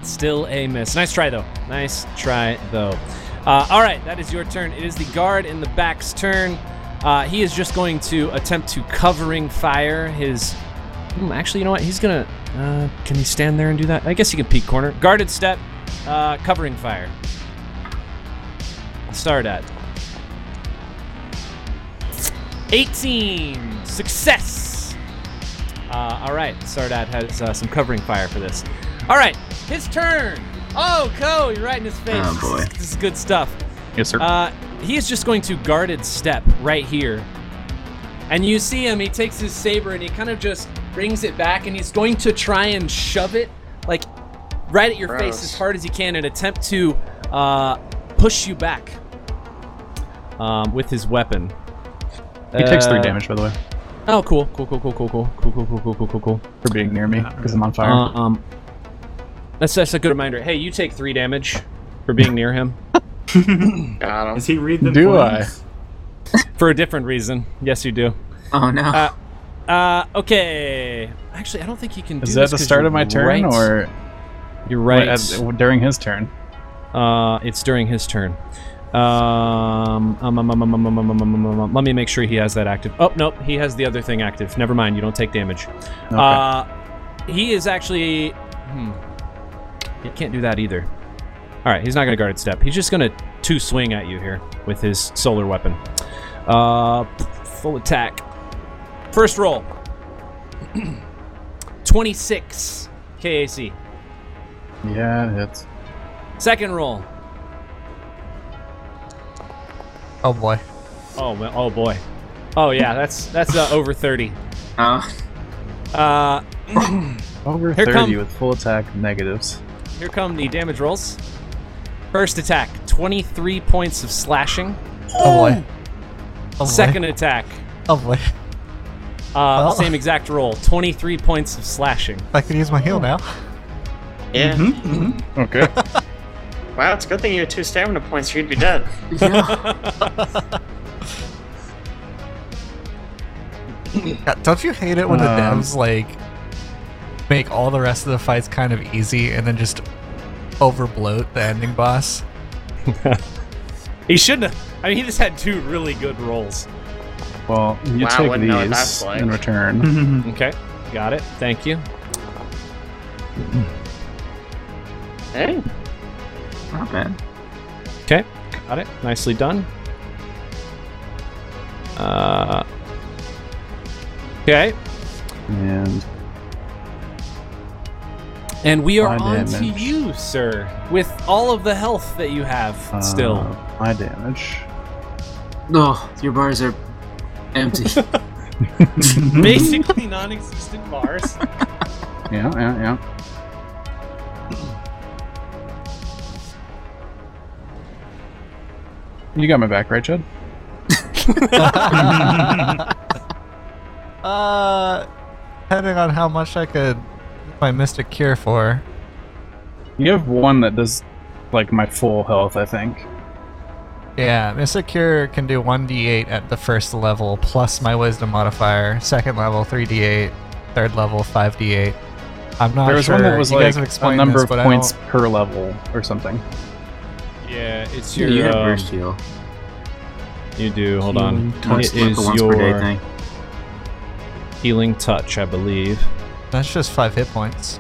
Still a miss. Nice try though. Nice try though. Uh, all right, that is your turn. It is the guard in the back's turn. Uh, he is just going to attempt to covering fire. His hmm, actually, you know what? He's gonna. Uh, can he stand there and do that? I guess he can peek corner. Guarded step. Uh, covering fire. Start at 18. Success. Uh, all right, Sardat has uh, some covering fire for this. All right, his turn. Oh, Ko, you're right in his face. Oh, boy. This is- this is good stuff. Yes, sir. Uh, he is just going to guarded step right here. And you see him, he takes his saber and he kind of just brings it back and he's going to try and shove it, like, right at your face Gross. as hard as he can and attempt to uh, push you back um, with his weapon. he takes three uh, damage, by the way, Oh, cool. Cool, cool, cool, cool, cool, cool, cool, cool, cool, cool, cool, cool. for being near me because I'm on fire. Uh, um, that's, that's a good reminder. Hey, you take three damage for being near him. Got him. Does he read them? Do plans? For a different reason. Yes, you do. Oh no. Uh, Uh, okay. Actually, I don't think you can do Is that this the 'cause start you're of my turn right- or You're right. at- during his turn? Uh, it's during his turn. Um, um, um, um, um, um, um, um, um, um, um, um, let me make sure he has that active. Oh, nope. He has the other thing active. Never mind. You don't take damage. Okay. Uh, he is actually. Hmm. He can't do that either. All right, he's not going to guarded step. He's just going to two swing at you here with his solar weapon. Uh, full attack. First roll. [clears throat] 26 KAC. yeah, that's Second roll. Oh boy. Oh, well, oh boy. Oh yeah, that's that's uh, over 30. oh. Uh, over Here 30 come- Oh, with full attack negatives. Here come the damage rolls. First attack, 23 points of slashing. Oh boy. Oh boy. Second attack, Oh boy. uh, Oh. same exact roll, 23 points of slashing. I could use my Oh. heal now. Yeah. Okay. Wow, it's a good thing you had two stamina points, or you'd be dead. God, don't you hate it when the Um, devs like make all the rest of the fights kind of easy and then just overbloat the ending boss? He shouldn't have. I mean, he just had two really good rolls. [laughs] Well, you Wow, take wouldn't know what that's these like. in return. Okay, got it. Thank you. Hey, Not bad. Okay, got it. Nicely done. Uh, okay, and and we are Five on to damage. you, sir, with all of the health that you have uh, [laughs] still. my damage. Oh, your bars are [laughs] empty. Basically non existent bars. Yeah, yeah, yeah. You got my back, right, Chad? Uh, depending on how much I could, my mystic cure for. You have one that does like my full health, I think. Yeah, mystic cure can do 1d8 at the first level plus my wisdom modifier. Second level 3d8. Third level 5d8. I'm not there was sure. one that was you like guys have a explained number this, of but I points don't- per level or something. [laughs] Yeah, it's um, you have burst heal. you do. Hold on. Once, It is the once per [coughs] day your thing. healing touch, I believe, That's just five hit points.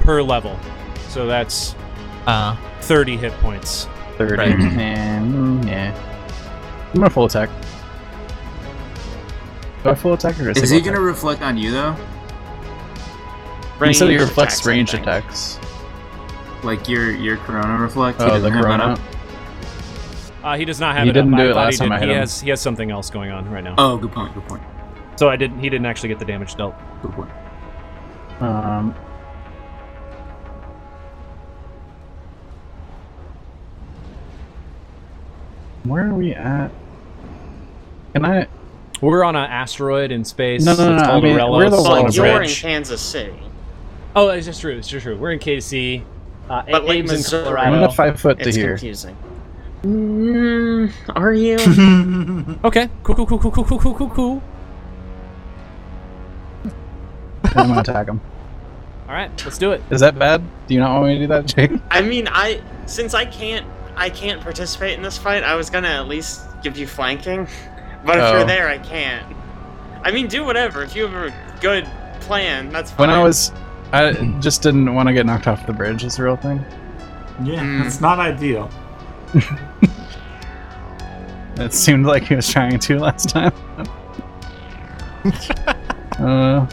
per level. So that's Uh, 30 hit points. Thirty. Right. [clears throat] And, mm, yeah. I'm gonna full attack. Do I full attack or a Is single he gonna attack? reflect on you though? He said he ranged reflects attacks, I ranged think. attacks. Like your your Corona reflect? He Oh, the doesn't have that corona. up? Uh, he does not have He it didn't up. do I it thought last he time did. I hit he him. has he has something else going on right now. Oh, good point. Good point. So I didn't. He didn't actually get the damage dealt. Good point. Um, where are we at? Can I? We're on an asteroid in space. No, no, it's no, called I mean, Aurelos. we're the It's on a ones Well, you're in bridge. Kansas City. Oh, it's just true. It's just true. We're in KC. Uh, But, like, Ames in Missouri- I'm Colorado. gonna five foot to It's here. confusing. Mm, are [laughs] you? Okay. Cool, cool, cool, cool, cool, cool, cool, cool, cool. I'm gonna attack him. All right, let's do it. Is that bad? Do you not want me to do that, Jake? I mean, I since I can't I can't participate in this fight, I was gonna at least give you flanking, but if Oh. you're there, I can't. I mean, do whatever. If you have a good plan, that's fine. When I was, I just didn't want to get knocked off the bridge. Is the real thing. Hmm. Yeah, it's not ideal. It seemed like he was trying to last time. uh,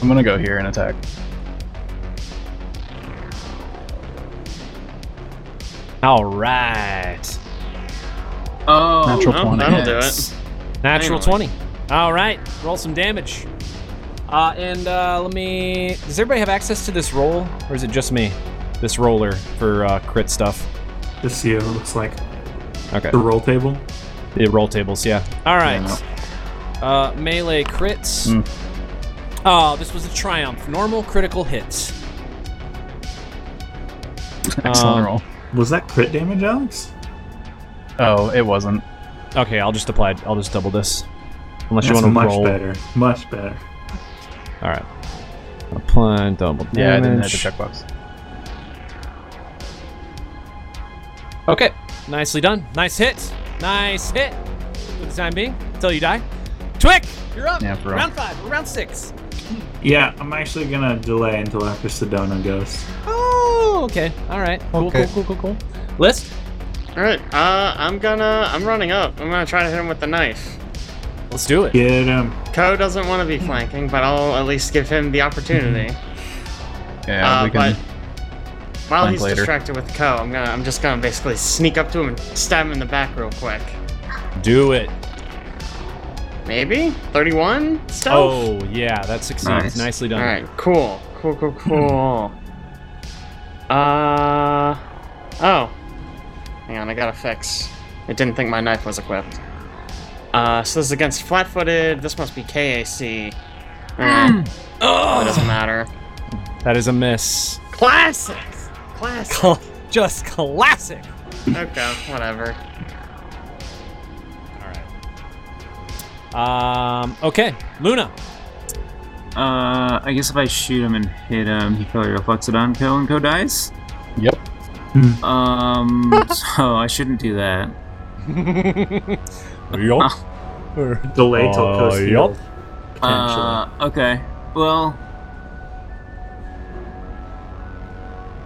I'm gonna go here and attack. All right. Oh, Natural no, 20. that'll do it. yes. Natural Anyway. 20. All right. Roll some damage. Uh, and uh, let me. Does everybody have access to this roll? Or is it just me? This roller for uh, crit stuff. Just see what it looks like. Okay. The roll table. The roll tables, yeah. All right. Uh, melee crits. Oh, this was a triumph. Normal critical hits. Excellent Um, roll. Was that crit damage, Alex? Oh, it wasn't. Okay, I'll just apply. I'll just double this. Unless you That's want to much roll. better. Much better. All right. Apply double damage. Yeah, I didn't hit the checkbox. Okay. Nicely done. Nice hit. Nice hit. For the time being, until you die. Twick, you're up. Yeah, for real. round five. We're round six. Yeah, I'm actually gonna delay until after Sedona goes. Oh, okay. All right. Cool, Okay. cool, cool, cool, cool. List. all right. Uh, I'm gonna I'm running up. I'm gonna try to hit him with the knife. Let's do it. Get um, him. Ko doesn't want to be flanking, but I'll at least give him the opportunity. Mm-hmm. Yeah, uh, we can. But while flank he's later. distracted with Ko, I'm gonna I'm just gonna basically sneak up to him and stab him in the back real quick. Do it. Maybe 31 stealth. Oh, yeah. That succeeds. Nice. Nicely Oh. done. All right, cool, cool, cool, cool. Hmm. uh, oh, hang on, I gotta fix. I didn't think my knife was equipped. Uh, so this is against flat-footed. This must be KAC. Eh, it Oh, doesn't matter. that is a miss. Classics. Classic. [laughs] Just classic. okay, whatever. Um. Okay, Luna. Uh, I guess if I shoot him and hit him, he probably reflects it on Ko and Ko dies. Yep. Um, so I shouldn't do that. Yup. Ah. Delay till Uh, Coast yup. Field, potentially. Uh, okay. [laughs] Well.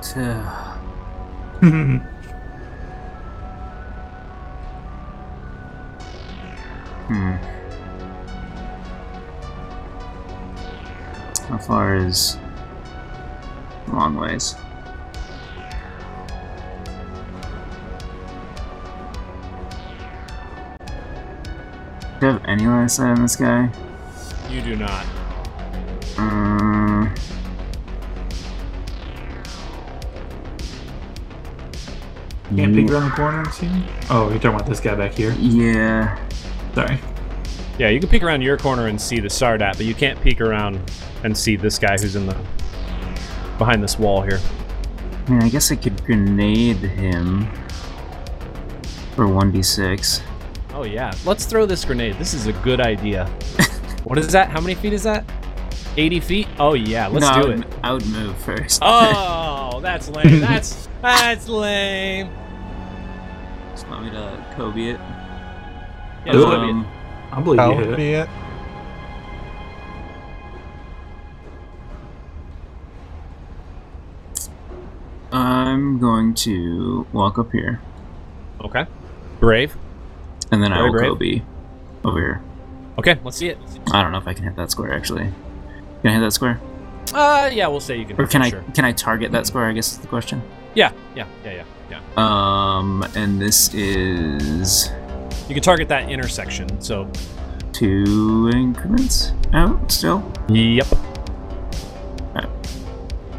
t- Hmm. How far is long ways? Do you have any last sight on this guy? You do not. Um, Can't peek around the corner and see him? Oh, you're talking about this guy back here. yeah. Sorry. Yeah, you can peek around your corner and see the Sardat, but you can't peek around and see this guy who's in the behind this wall here. I mean, I guess I could grenade him for 1d6. Oh yeah, let's throw this grenade. This is a good [laughs] idea. what is that? How many feet is that? 80 feet? Oh yeah, let's no, I do would, it. I would move first. Oh, that's lame. That's that's lame. [laughs] Just want me to Kobe it. Yeah, Do that's it. lame. Um, I believe That Oh. you hit would it. be it. I'm going to walk up here, Okay. Brave. and then I Very will brave. Kobe over here. Okay, let's see it. I don't know if I can hit that square actually. Can I hit that square, Uh, yeah, we'll say you can. or can I Sure. can I target that square? I guess is the question. Yeah, yeah, yeah, yeah, yeah. Um, and this is You can target that intersection. So. two increments out still. Yep.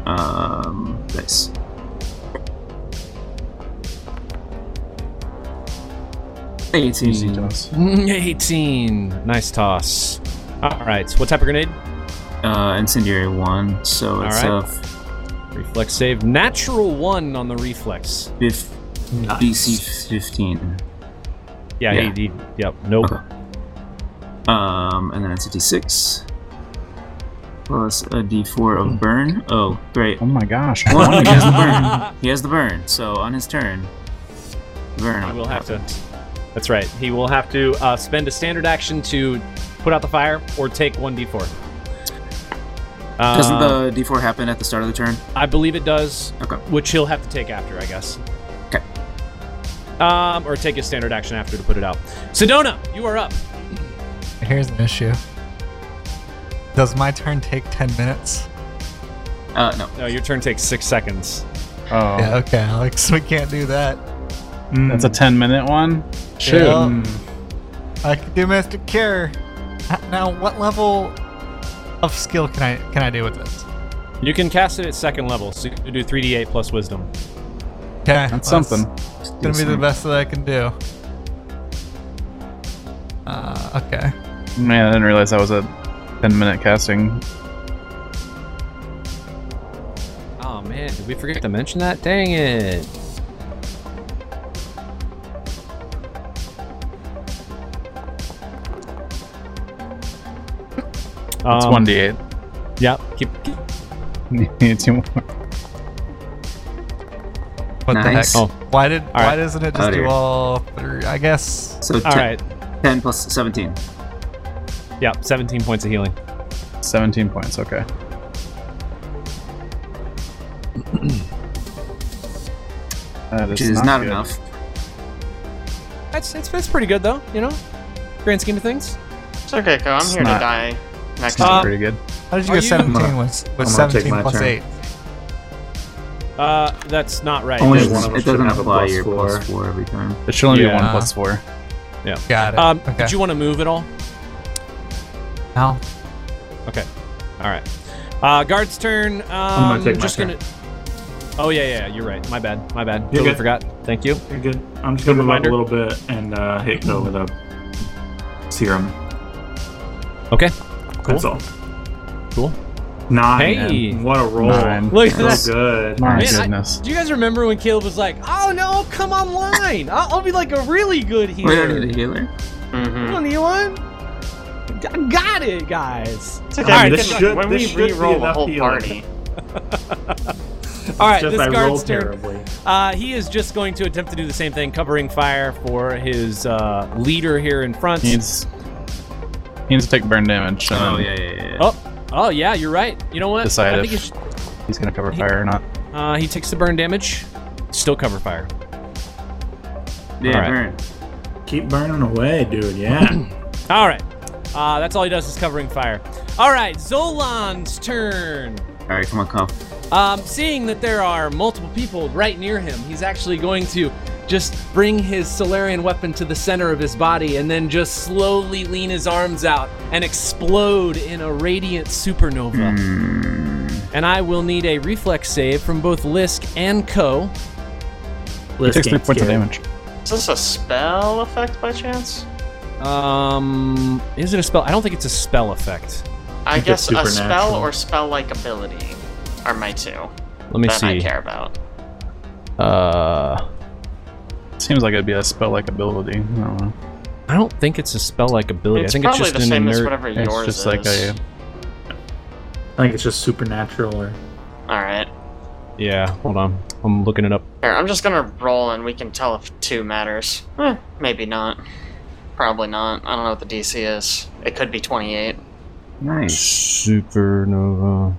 Um, nice. Easy Eighteen. toss. 18. Nice toss. All right. What type of grenade? Uh, incendiary one. So it's All a right. Reflex save. Natural one on the reflex. fif- Nice. DC fifteen. Yeah. Yeah. He, he, yep. Nope. Okay. Um, and then it's a D6 plus a D4 of burn. Oh, [laughs] great! Oh my gosh. One, he has the burn. He has the burn. So on his turn, burn. I will have to. That's right. He will have to uh, spend a standard action to put out the fire or take 1d4. Uh, Doesn't the D4 happen at the start of the turn? I believe it does, Okay. which he'll have to take after, I guess. Okay. Um, or take a standard action after to put it out. Sedona, you are up. Here's an issue. Does my turn take 10 minutes? Uh, no. No, your turn takes six seconds. Oh, Yeah, okay, Alex. [laughs] We can't do that. Hmm. that's a 10 minute one. Hmm, Shoot. Yeah. I can do Mystic Cure. H- Now, what level of skill can I can I do with this? You can cast it at second level, so you do 3d8 plus wisdom. Okay, That's something. It's gonna be the best that I can do. Uh, okay. Man, I didn't realize that was a 10 minute casting. Oh man, did we forget to mention that? Dang it. It's Um, [laughs] 1d8. Yep. Keep, keep- Need two more. What Nice. the Oh. heck? Why did right. why doesn't it just Outta do here. all three? I guess So all 10 right. 10 plus 17. Yep. 17 points of healing. 17 points. [clears throat] Okay. That which is not good. enough. That's it's, it's pretty good though, you know, grand scheme of things. It's okay, Ko. I'm It's here not- to die. Next It's not Uh, pretty good. how did you Are get you- 17 I'm gonna- with, with I'm gonna take 17 my plus turn. 8? Uh, that's not right. Only It one of doesn't- us it doesn't should have a apply plus your four. plus four every time. It should only be Yeah. one plus four. Got it. Um, okay. did you want to move at all? now, Okay. All right. Uh, guard's turn. Um, I'm gonna take my just turn. gonna. Oh yeah, yeah, yeah, you're right. My bad. My bad. You're totally good. forgot. Thank you. You're good. I'm just gonna move up a reminder. little bit and uh, hit go with a serum. Okay. That's all. Cool. Nine. Hey. man. What a roll. Nine. Look at So that. good. My Man, I- goodness. Do you guys remember when Caleb was like, "Oh no, come online. I'll, I'll be like a really good healer." We don't need a healer. I Mm-hmm. don't need one. I got it, guys. It's Yeah, okay. this we can- should- when this we should be re-roll the enough whole healing. party. All right, Just this I roll guard's turn. terribly. Uh, he is just going to attempt to do the same thing, covering fire for his uh, leader here in front. He needs, he needs to take burn damage. And Oh then yeah, yeah, yeah. yeah. Oh, oh yeah, you're right. You know what? Decide I if- think it's- He's gonna cover fire or not. uh, he takes the burn damage. Still cover fire. yeah alright. burn. Keep burning away, dude. [clears throat] Yeah. All right. Uh, that's all he does is covering fire. All right, Zolan's turn. All right, come on, Cuff. Um, seeing that there are multiple people right near him, he's actually going to just bring his Solarian weapon to the center of his body and then just slowly lean his arms out and explode in a radiant supernova. And I will need a reflex save from both Lisk and Co. He Liz takes three game's points of scary. damage. Is this a spell effect by chance? Um, is it a spell? I don't think it's a spell effect. I Think it's guess a spell supernatural. or spell-like ability are my two Let me that I see. care about. Uh, Seems like it'd be a spell-like ability. I don't know. I don't think it's a spell-like ability. it's I think it's probably just the an same as inert- whatever It's yours just is. like a I think it's just supernatural or All right. Yeah, hold on. I'm looking it up. Here, I'm just gonna roll and we can tell if two matters. Eh, maybe not. Probably not. I don't know what the DC is. It could be 28. Nice. Supernova.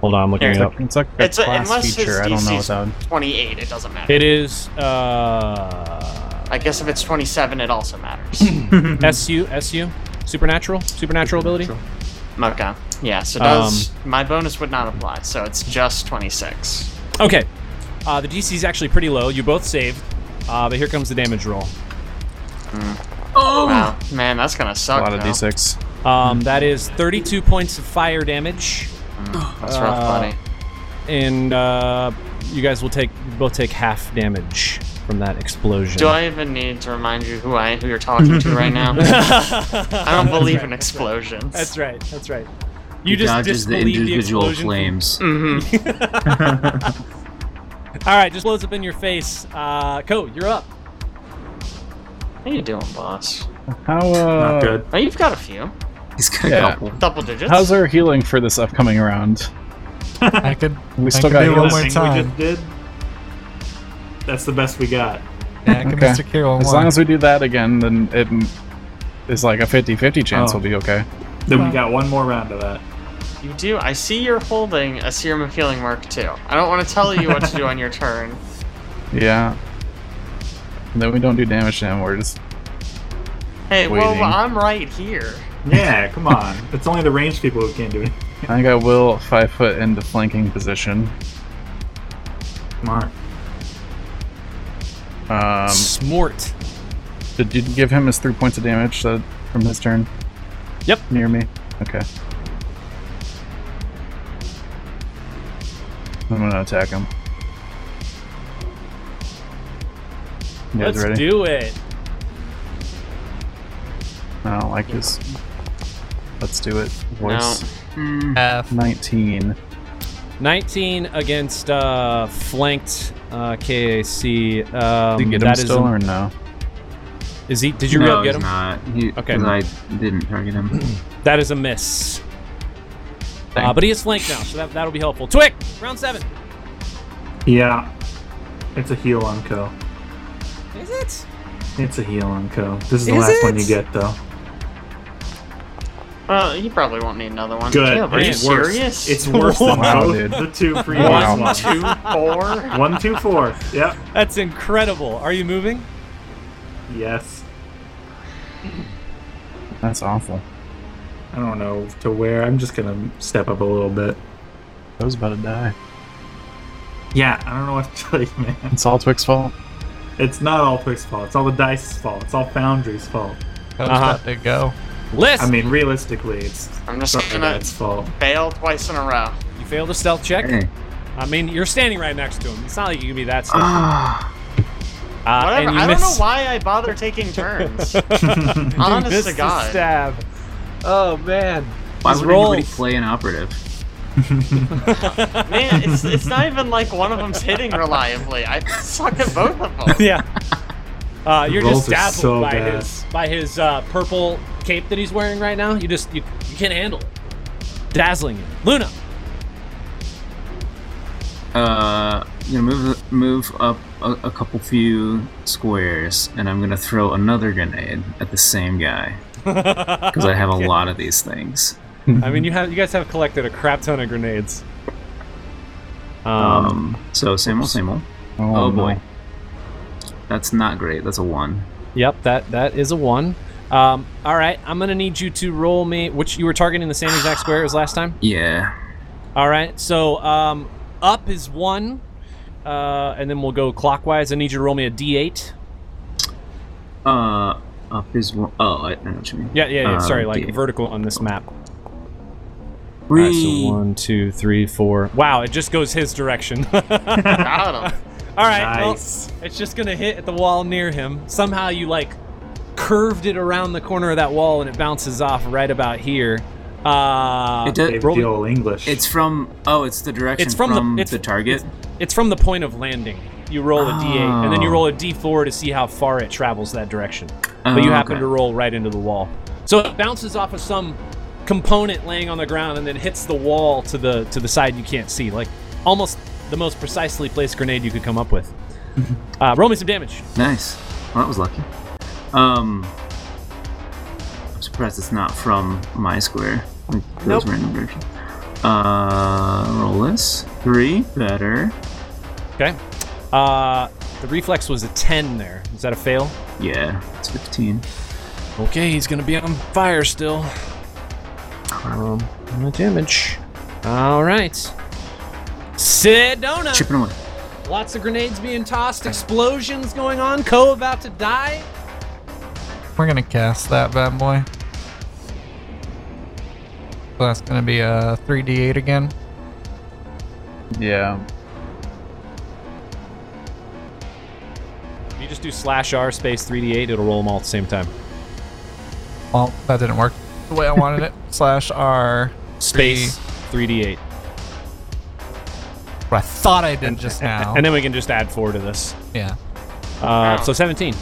Hold on, I'm looking Here. it it's up. like, it's like a It's a- class unless his feature. I don't know DC's without. 28, it doesn't matter. It is uh, I guess if it's 27, it also matters. [clears throat] Mm-hmm. SU SU supernatural supernatural ability. okay. Yeah, so Um, does. my bonus would not apply, so it's [gasps] just 26. Okay, uh, the DC is actually pretty low. You both saved, uh, but here comes the damage roll. Wow. Man, that's gonna A suck. lot of though. d6. Um, that is 32 points of fire damage, That's rough, Uh, buddy. and uh, you guys will take you both take half damage from that explosion. Do I even need to remind you who I who you're talking to [laughs] right now? I don't believe in explosions. That's right. That's right. You He just dodges the disbelieve the, individual explosion. Mm. flames. Mm-hmm. [laughs] All right, just blows up in your face. Uh, Co, you're up. How you doing, boss? How uh, not good. Oh, you've got a few. [laughs] He's got a Yeah. couple. Double digits. how's our healing for this upcoming round? [laughs] I could. We I still could got do That heals. one more thing we time. just did. That's the best we got. Yeah, I could Okay. Mr. Cure one As more. long as we do that again, then it m- is like a 50-50 chance Oh. we'll be okay. Then we got one more round of that. You do. I see you're holding a Serum of Healing Mark too. I don't want to tell you what to do on your turn. Yeah. And then we don't do damage to him. We're just Hey, Waiting. well, I'm right here. Yeah, come on. [laughs] It's only the ranged people who can't do it. I think I will five foot into flanking position. Come on. Um, Smort. did you give him his three points of damage that, from his turn? Yep. Near me. Okay. I'm gonna attack him. You guys Let's ready? do it. I don't like this. Let's do it. Voice F. 19. 19 against uh, flanked uh, KAC. Um, Did you get him that is still an- or no? is he? Did you no, real get he's him? not. He, Okay. Mm. 'cause I didn't target him. That is a miss. Uh, but he is flanked now, so that, that'll be helpful. Twick, round seven. Yeah. It's a heal on Co. Is it? It's a heal on Co. This is the Is last one it? you get, though. Well, you probably won't need another one. Good. Caleb, are you it's worse. serious? It's worse than Wow, both dude. the two [laughs] previous Wow. one, ones. two, four. One, two, four. Yep. That's incredible. Are you moving? Yes. That's awful. I don't know to where. I'm just gonna step up a little bit. I was about to die. Yeah, I don't know what to tell you, man. It's all Twix's fault. It's not all Twix's fault. It's all the dice's fault. It's all Foundry's fault. Coach Uh-huh. let it go. List. I mean, realistically, it's I'm just gonna Starlight's fault. fail twice in a row. you failed a stealth check. Hey. I mean, you're standing right next to him. It's not like you can be that stealthy. Ah, Uh, Whatever. and you I miss. don't [laughs] [laughs] know why I bother taking turns. You Honest missed to the God. stab. Oh man. why His would anybody rolls. play an operative? Man, it's, it's not even like one of them's hitting reliably. I suck at both of them. [laughs] yeah. Uh, you're just rolls are dazzled so by bad. his by his uh, purple cape that he's wearing right now. You just you, you can't handle it. Dazzling you. Luna. Uh, I'm gonna move move up a, a couple few squares, and I'm gonna throw another grenade at the same guy because I have a lot of these things. I mean, you have you guys have collected a crap ton of grenades. Um, Um, so same old, same old. Oh, boy, that's not great. That's a one. Yep, that that is a one. Um, all right, I'm gonna need you to roll me, which you were targeting the same exact square as last time. Yeah. All right, so um, up is one, uh, and then we'll go clockwise. I need you to roll me a D8. Uh, up is one oh I, I know what you mean. Yeah, yeah, yeah. Um, Sorry, like D8. vertical on this map. All right, Three. so one, two, three, four. Wow, it just goes his direction. [laughs] All right, Got him. well, Nice. it's just gonna hit at the wall near him. Somehow you like curved it around the corner of that wall, and it bounces off right about here. Uh, It does, Dave roll- the old English. it's from oh, it's the direction It's from the- it's- the target. It's from the point of landing. You roll a D8, and then you Oh. roll a D4 to see how far it travels that direction. But you Oh, happen okay. to roll right into the wall. So it bounces off of some component laying on the ground and then hits the wall to the to the side you can't see. Like almost the most precisely placed grenade you could come up [laughs] with. uh, roll me some damage. Nice. Well, that was lucky. Um, I'm surprised it's not from my square. Like, those random version. Uh, roll this. Three. Better. Okay. Uh, the reflex was a 10 there. Is that a fail? Yeah, it's 15. Okay, he's gonna be on fire still. Um, no damage. All right. Sedona. Chipping away. Lots of grenades being tossed, explosions going on. Ko about to die. We're gonna cast that bad boy. So that's gonna be uh, a 3d8 again. Yeah. You just do slash R space 3d8, it'll roll them all at the same time. Well, that didn't work the way I [laughs] wanted it. Slash R. Space 3d8. What I thought I did just now. And then we can just add 4 to this. yeah. Uh, so 17.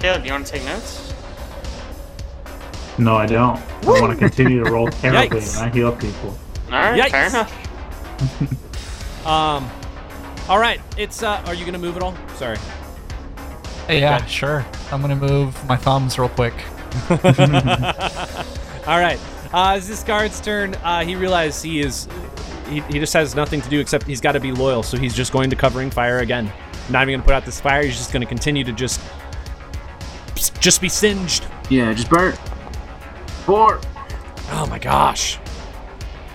Caleb, you want to take notes? no, I don't. I want to continue to [laughs] roll terribly Yikes. and I heal people. All right, Yikes. fair enough. [laughs] Um, all right, it's. Uh, are you going to move at all? Sorry. Yeah, sure. I'm gonna move my thumbs real quick. All right. Uh, it's this guard's turn. Uh, he realizes he is. He, he just has nothing to do except he's got to be loyal, so he's just going to covering fire again. Not even going to put out this fire. He's just going to continue to just. Just be singed. Yeah, just burn. Four. Oh my gosh.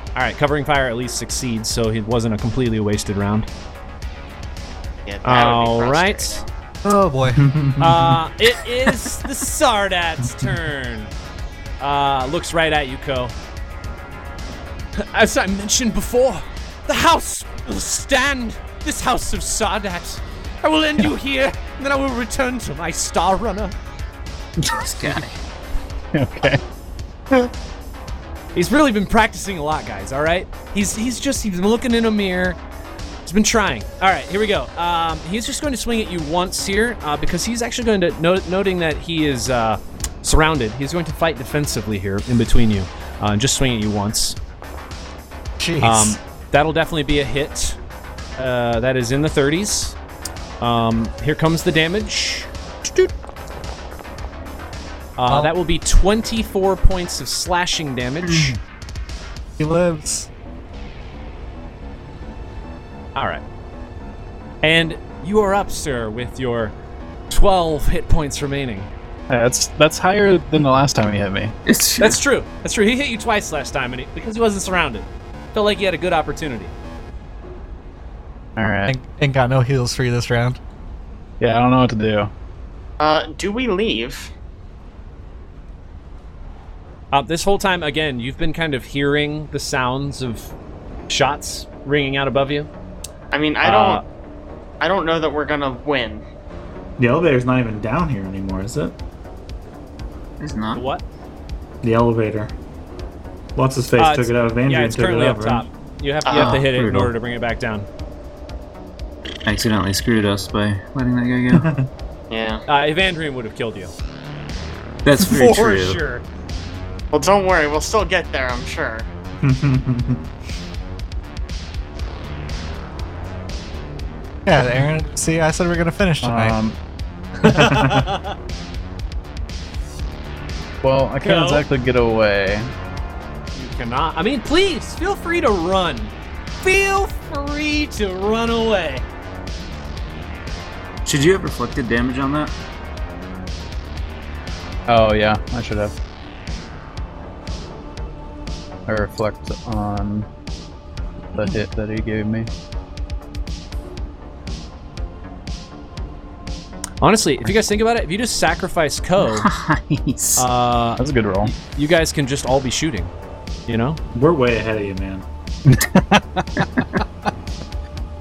All right, covering fire at least succeeds, so it wasn't a completely wasted round. Yeah, that would All be right. frustrating. [laughs] Oh boy. Uh, it is the Sardat's turn. Uh, looks right at you, Ko. As I mentioned before, the house will stand. This house of Sardat. I will end you here, and then I will return to my Star Runner. This guy. [laughs] Okay. He's really been practicing a lot, guys. All right, he's he's just he's been looking in a mirror. He's been trying. All right, here we go. Um, he's just going to swing at you once here uh, because he's actually going to no- noting that he is uh, surrounded. He's going to fight defensively here in between you, uh, and just swing at you once. Jeez. Um, that'll definitely be a hit. Uh, that is in the 30s. Um, here comes the damage. Toot. Uh, Oh. That will be 24 points of slashing damage. he lives. All right. And you are up, sir, with your 12 hit points remaining. That's that's higher than the last time he hit me. It's That's true. That's true. He hit you twice last time, and he, because he wasn't surrounded, felt like he had a good opportunity. All right. Ain't, ain't got no heals for you this round. Yeah, I don't know what to do. Uh, do we leave? Uh, this whole time, again, you've been kind of hearing the sounds of shots ringing out above you. I mean, I Uh, don't. I don't know that we're gonna win. The elevator's not even down here anymore, is it? It's not. What? The elevator. What's his face Uh, took it's- it out of Andrew yeah, and it's took it currently up, up top. right? You have, you have to Ah, hit it in brutal. order to bring it back down. Accidentally screwed us by letting that guy [laughs] go. Yeah. Uh, Evandrian would have killed you. That's very true. sure. Well, don't worry. We'll still get there. [laughs] I'm sure. Yeah, Aaron. See, I said we are gonna finish tonight. Um, well, I can't Go. exactly get away. You cannot. I mean, please feel free to run. Feel free to run away. Should you have reflected damage on that? Oh yeah, I should have. I reflect on the hit that he gave me. Honestly, if you guys think about it, if you just sacrifice Ko, [laughs] Nice. uh, That's a good roll. you guys can just all be shooting. You know? We're way ahead of you, man.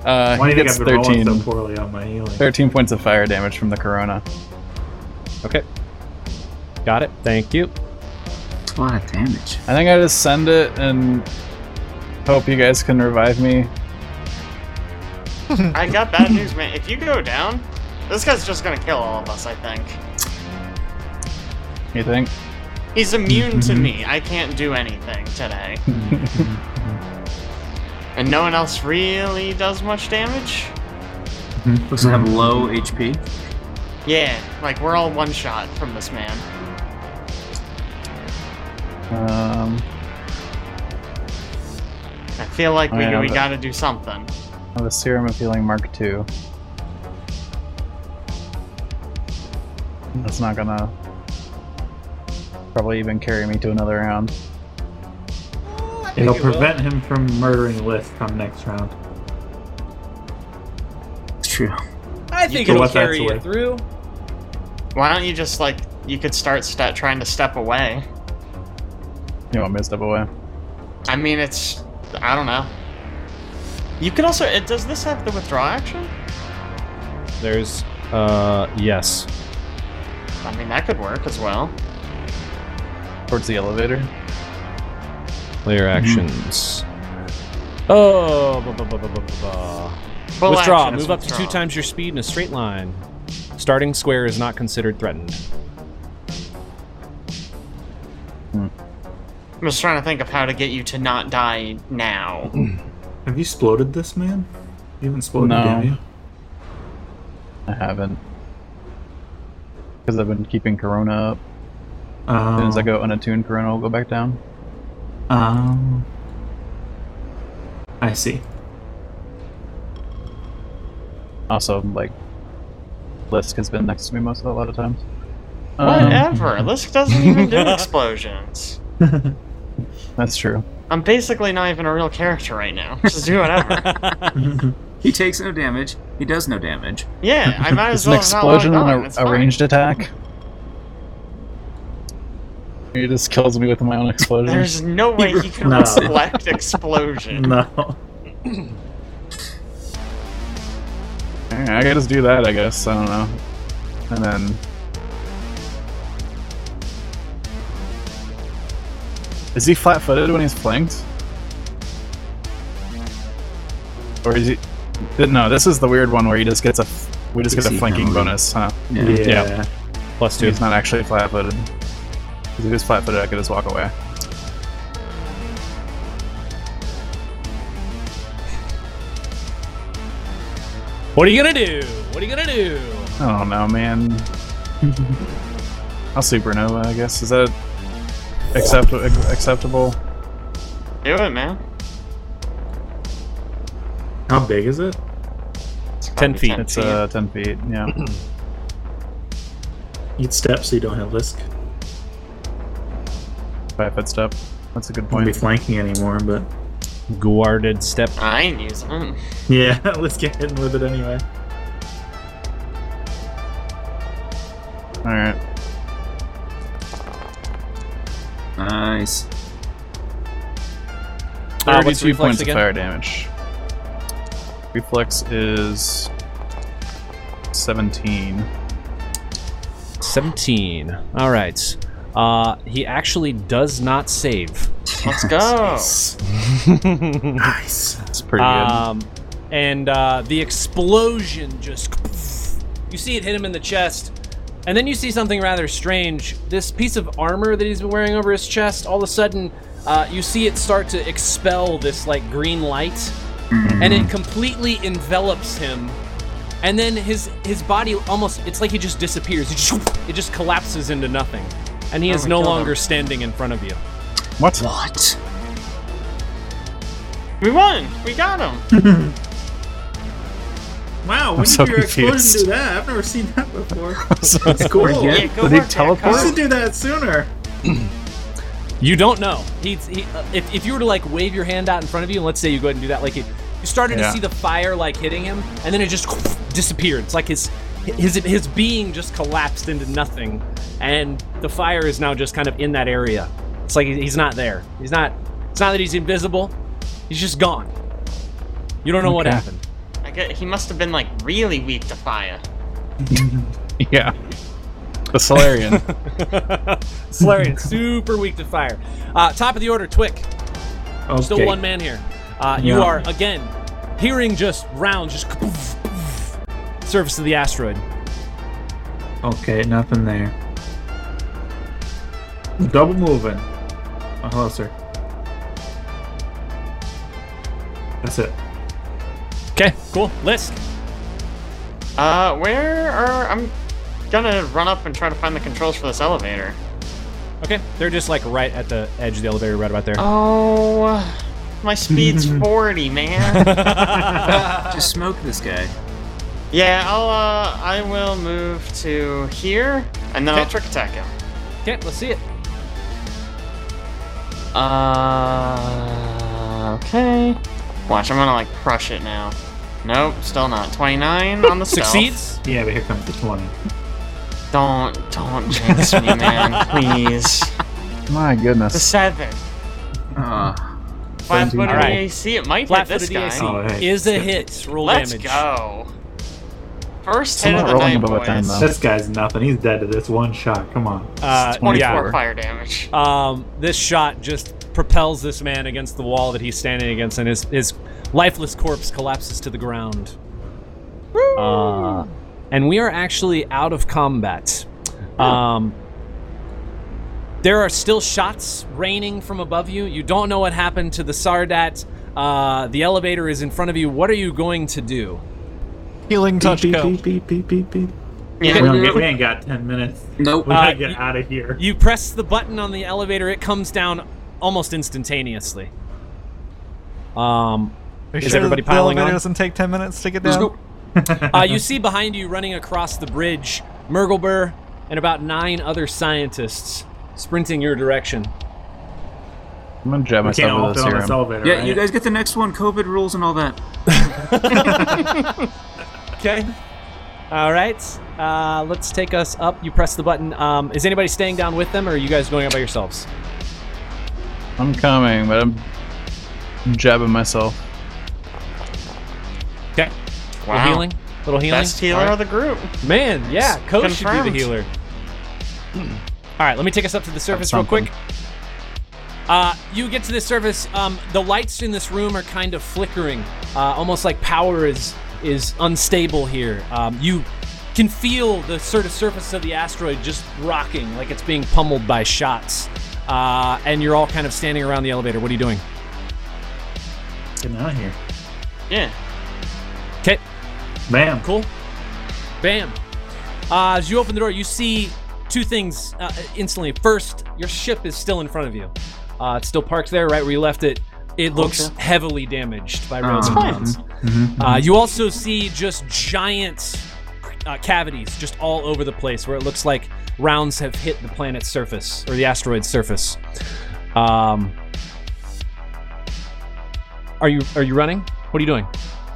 Uh, Why he do you think gets I've been rolling 13, so poorly on my healing? 13 points of fire damage from the corona. Okay. Got it. Thank you. That's a lot of damage. I think I just send it and hope you guys can revive me. I got bad news, man. If you go down, this guy's just gonna kill all of us. I think You think? he's [laughs] immune to me. I can't do anything today, and no one else really does much damage. Looks like I have low HP. Yeah, like we're all one shot from this man. Um, I feel like we, I have we it. gotta do something. I have a Oh, serum of healing mark two. That's not gonna probably even carry me to another round. It'll prevent him from murdering Lith come next round. It's true. I think can it'll let that carry you sway. through. Why don't you just like you could start st- trying to step away? You want me to step away? I mean, it's I don't know. You can also it, does this have the withdraw action? There's, uh, yes. I mean, that could work as well. Towards the elevator? Player Mm-hmm. actions. Oh, ba ba ba ba ba ba ba. Full withdraw. action is Move up to two withdraw. times your speed in a straight line. Starting square is not considered threatened. I'm just trying to think of how to get you to not die [laughs] now. Have you exploded this man? You haven't exploded No. him, have you? I haven't. Because I've been keeping Corona up. As soon as I Um, go unattuned, Corona will go back down. um, I see. Also, like, Lisk has been next to me most of a lot of times. Um, Whatever. Lisk doesn't [laughs] even do explosions. that's true. I'm basically not even a real character right now. Just do whatever. [laughs] He takes no damage. He does no damage. yeah, I might as It's an well. explosion have not and a, a ranged attack. He just kills me with my own explosion. There's no way he can No. reflect [laughs] explosion. No. Alright, I gotta just do that, I guess. I don't know. And then. Is he flat footed when he's flanked? Or is he. th- No, this is the weird one where he just gets a. We just get a Succeed, flanking huh? bonus, huh? Yeah. yeah. Plus So two. he's not actually flat footed. If he was flat footed, I could just walk away. What are you gonna do? What are you gonna do? I don't [laughs] know, man. I'll supernova, I guess. Is that accept- acceptable? Do it, man. How big is it? It's gotta 10 be feet. It's uh, 10 feet, [clears throat] yeah. You'd step so you don't have Lisk. Five foot step. That's a good Won't be point. flanking anymore, but [laughs] Guarded step. I ain't using him. yeah, [laughs] let's get hitting with it anyway. Alright. Nice. Uh, what's 32 reflex points again? of fire damage. Reflex is 17. 17. All right. Uh, he actually does not save. Let's go. Nice. Uh, That's pretty Um, and uh, the explosion just. You see it hit him in the chest. And then you see something rather strange. This piece of armor that he's been wearing over his chest, all of a sudden, uh, you see it start to Mm-hmm. expel this, like, green light. And it completely envelops him and then his his body almost it's like he just disappears. It just, it just collapses into nothing, and Oh he is we no killed longer him. standing in front of you. What? What? We won! We got him! Wow, when did so your explosion confused. do that? I've never seen that before. [laughs] So- It's cool. Yeah, You go Did he work that, Carl. teleport? should do that sooner. You don't know. He's, he, uh, if, if you were to like wave your hand out in front of you, and let's say you go ahead and do that, like it, you started to Yeah. see the fire like hitting him, and then it just [laughs] disappeared. It's like his his his being just collapsed into nothing, and the fire is now just kind of in that area. It's like he- he's not there. He's not. It's not that he's invisible. He's just gone. You don't know what Okay. happened. [laughs] I get, he must have been like really weak to fire. [laughs] yeah. [laughs] The Solarian. Solarian, super weak to fire. Uh, top of the order, Twick. Okay. Still one man here. Uh, you Yeah. are again hearing just rounds, just kapoof, kapoof, surface of the asteroid. Okay, nothing there. Double moving. Oh, hello, sir. That's it. Okay, cool. List. Uh, where are. I'm gonna run up and try to find the controls for this elevator. Okay, they're just like right at the edge of the elevator, right about there. Oh. My speed's [laughs] 40, man. Uh, Just smoke this guy. yeah, I'll, uh, I will move to here, and then I'll Okay. trick attack him. [laughs] Okay, let's see it. Uh, okay. Watch, I'm gonna like crush it now. Nope, still not. 29 on the stealth. Succeeds. Yeah, but here comes the 20. Don't, don't jinx me, [laughs] man, please. My The goodness. seven. Uh, Flat footed Alright. AC, it might hit this Flat-footed guy. EAC Oh, hey. is E a hit. Roll Let's damage. go. First I'm hit of not the rolling day, above a boys. ten, though. This guy's nothing. He's dead to this one shot. Come on. Uh, 24. yeah. 24 fire damage. Um, this shot just propels this man against the wall that he's standing against, and his, his lifeless corpse collapses to the ground. Uh, and we are actually out of combat. Um, there are still shots raining from above you. You don't know what happened to the Sardat. Uh, the elevator is in front of you. What are you going to do? Healing touch Beep, go. beep, beep, beep, beep, beep. We, don't get, Yeah. we ain't got 10 minutes. nope. We gotta Uh, get you- out of here. You press the button on the elevator, it comes down almost instantaneously. Um, Are you Is sure everybody the piling elevator on? doesn't take 10 minutes to get There's down? no- [laughs] uh, you see behind you running across the bridge, Murgleber and about nine other scientists sprinting your direction. I'm gonna jab we can't myself all with a fit on this serum. elevator. yeah, right? you guys get the next one. COVID rules and all that. Okay. All right. Uh, let's take us up. You press the button. Um, is anybody staying down with them, or are you guys going up by yourselves? I'm coming, but I'm I'm jabbing myself. Okay. Wow. Healing. Little healing. Best healer of the group. Man, yeah. Coach should confirmed. be the healer. Hmm. All right. Let me take us up to the surface real something. quick. Uh, you get to the surface. Um, the lights in this room are kind of flickering, uh, almost like power is is unstable here. Um, you can feel the sort of surface of the asteroid just rocking, like it's being pummeled by shots. Uh, and you're all kind of standing around the elevator. What are you doing? Getting out of here. Yeah. Okay, Bam. cool. Bam. Uh, as you open the door, you see two things uh, instantly. First, your ship is still in front of you. Uh, it's still parked there, right where you left it. It looks heavily damaged by rounds and Um, rounds. Uh, you also see just giant uh, cavities just all over the place where it looks like rounds have hit the planet's surface or the asteroid's surface. Um, are you are you running? What are you doing?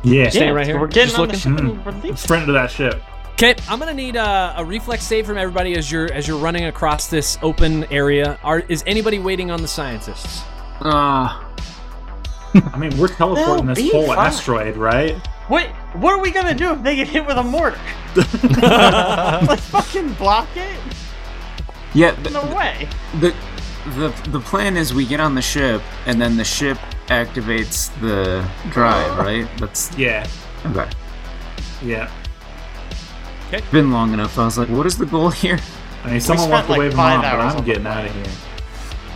Yeah. Staying yeah. right here? We're getting Just on looking? the ship Mm. Hmm. and we're leaving. Sprint to that ship. Okay, I'm gonna need a, a reflex save from everybody as you're as you're running across this open area. Are is anybody waiting on the scientists? Uh, I mean, we're teleporting No, this be whole fine. asteroid, right? What? What are we gonna do if they get hit with a mortar? like fucking block it? yeah. th- No way. the the the plan is we get on the ship and then the ship activates the drive, Uh. right? That's Yeah. okay. Yeah. It's been long enough. I was like, what is the goal here? I mean, someone spent wants to like wave them five on, but hours I'm on getting the out of here.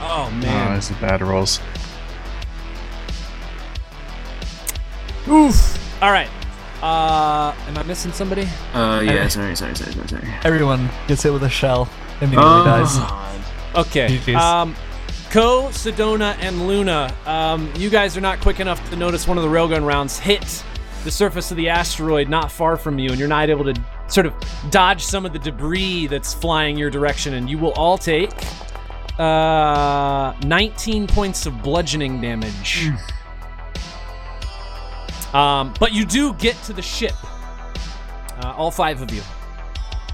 Oh Oh, man. this is bad rolls. Oof. All right. Uh, am I missing somebody? Uh, yeah, [laughs] sorry, sorry, sorry, sorry, sorry. Everyone gets hit with a shell, Uh. immediately Oh, dies. God. Okay. GG's. Um, Co, Sedona, and Luna, um, you guys are not quick enough to notice one of the railgun rounds hit the surface of the asteroid not far from you, and you're not able to sort of dodge some of the debris that's flying your direction, and you will all take uh, 19 points of bludgeoning damage. um, but you do get to the ship, uh, all five of you.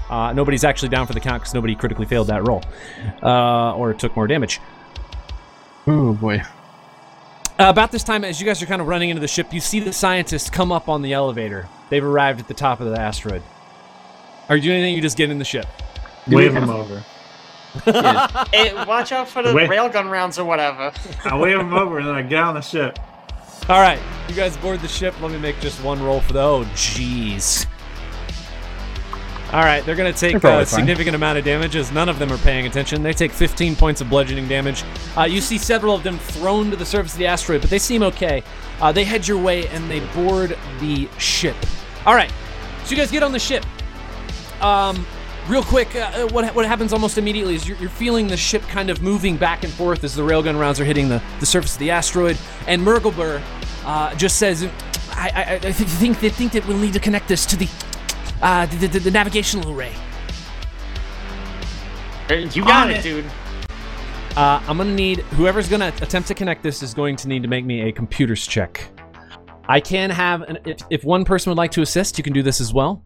Uh, nobody's actually down for the count because nobody critically failed that roll uh, or took more damage. Oh boy. Uh, about this time, as you guys are kind of running into the ship, you see the scientists come up on the elevator. They've arrived at the top of the asteroid. Are you doing anything? You just get in the ship. Wave them over. Hey, watch out for the Wait. railgun rounds or whatever. I wave them over and then I get on the ship. All right, you guys board the ship. Let me make just one roll for the. Oh, jeez. All right, they're going to take probably a fine. significant amount of damage as none of them are paying attention. They take 15 points of bludgeoning damage. Uh, you see several of them thrown to the surface of the asteroid, but they seem okay. Uh, they head your way and they board the ship. All right, so you guys get on the ship. Um, real quick, uh, uh, what, what happens almost immediately is you're, you're feeling the ship kind of moving back and forth as the railgun rounds are hitting the, the surface of the asteroid. And Murgleber uh, just says, I, I, I th- think, they think that we'll need to connect this to the, uh, the, the, the navigational array. You got it, dude. Uh, I'm going to need, whoever's going to attempt to connect this is going to need to make me a computer's check. I can have, an, if, if one person would like to assist, you can do this as well.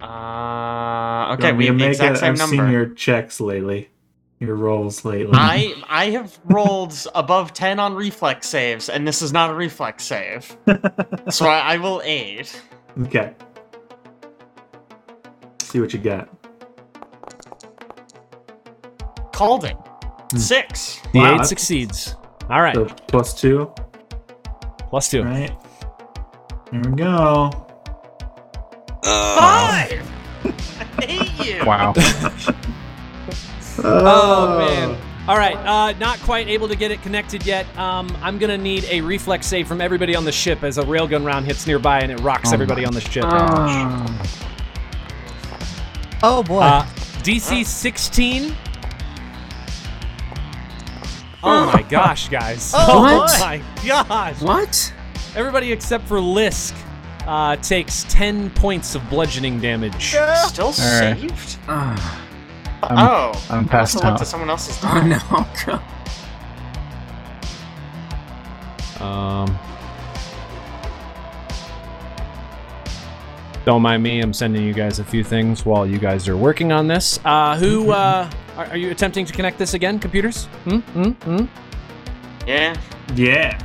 Uh, okay, Don't we you have the make exact it- same I've number. seen your checks lately, your rolls lately. I I have rolled above ten on reflex saves, and this is not a reflex save. so I, I will aid. Okay. See what you got. Called it. Six. The Wow, aid that's- succeeds. All right, So plus two, plus two. right? There we go. Five. I hate [laughs] you. Wow. Oh, man. All right, uh, not quite able to get it connected yet. Um, I'm gonna need a reflex save from everybody on the ship as a railgun round hits nearby and it rocks Oh everybody my on the ship. Ah. Oh boy. Uh, DC 16. Oh my gosh, guys! Oh, what? my gosh! what? Everybody except for Lisk uh, takes 10 points of bludgeoning damage. Still right. saved. Ah, oh. I'm passed I also looked out. at someone else's. [laughs] oh no, God. Um, don't mind me. I'm sending you guys a few things while you guys are working on this. Uh, who uh, are, are you attempting to connect this again? Computers? Hmm? Hmm? Hmm? Yeah. Yeah. [laughs]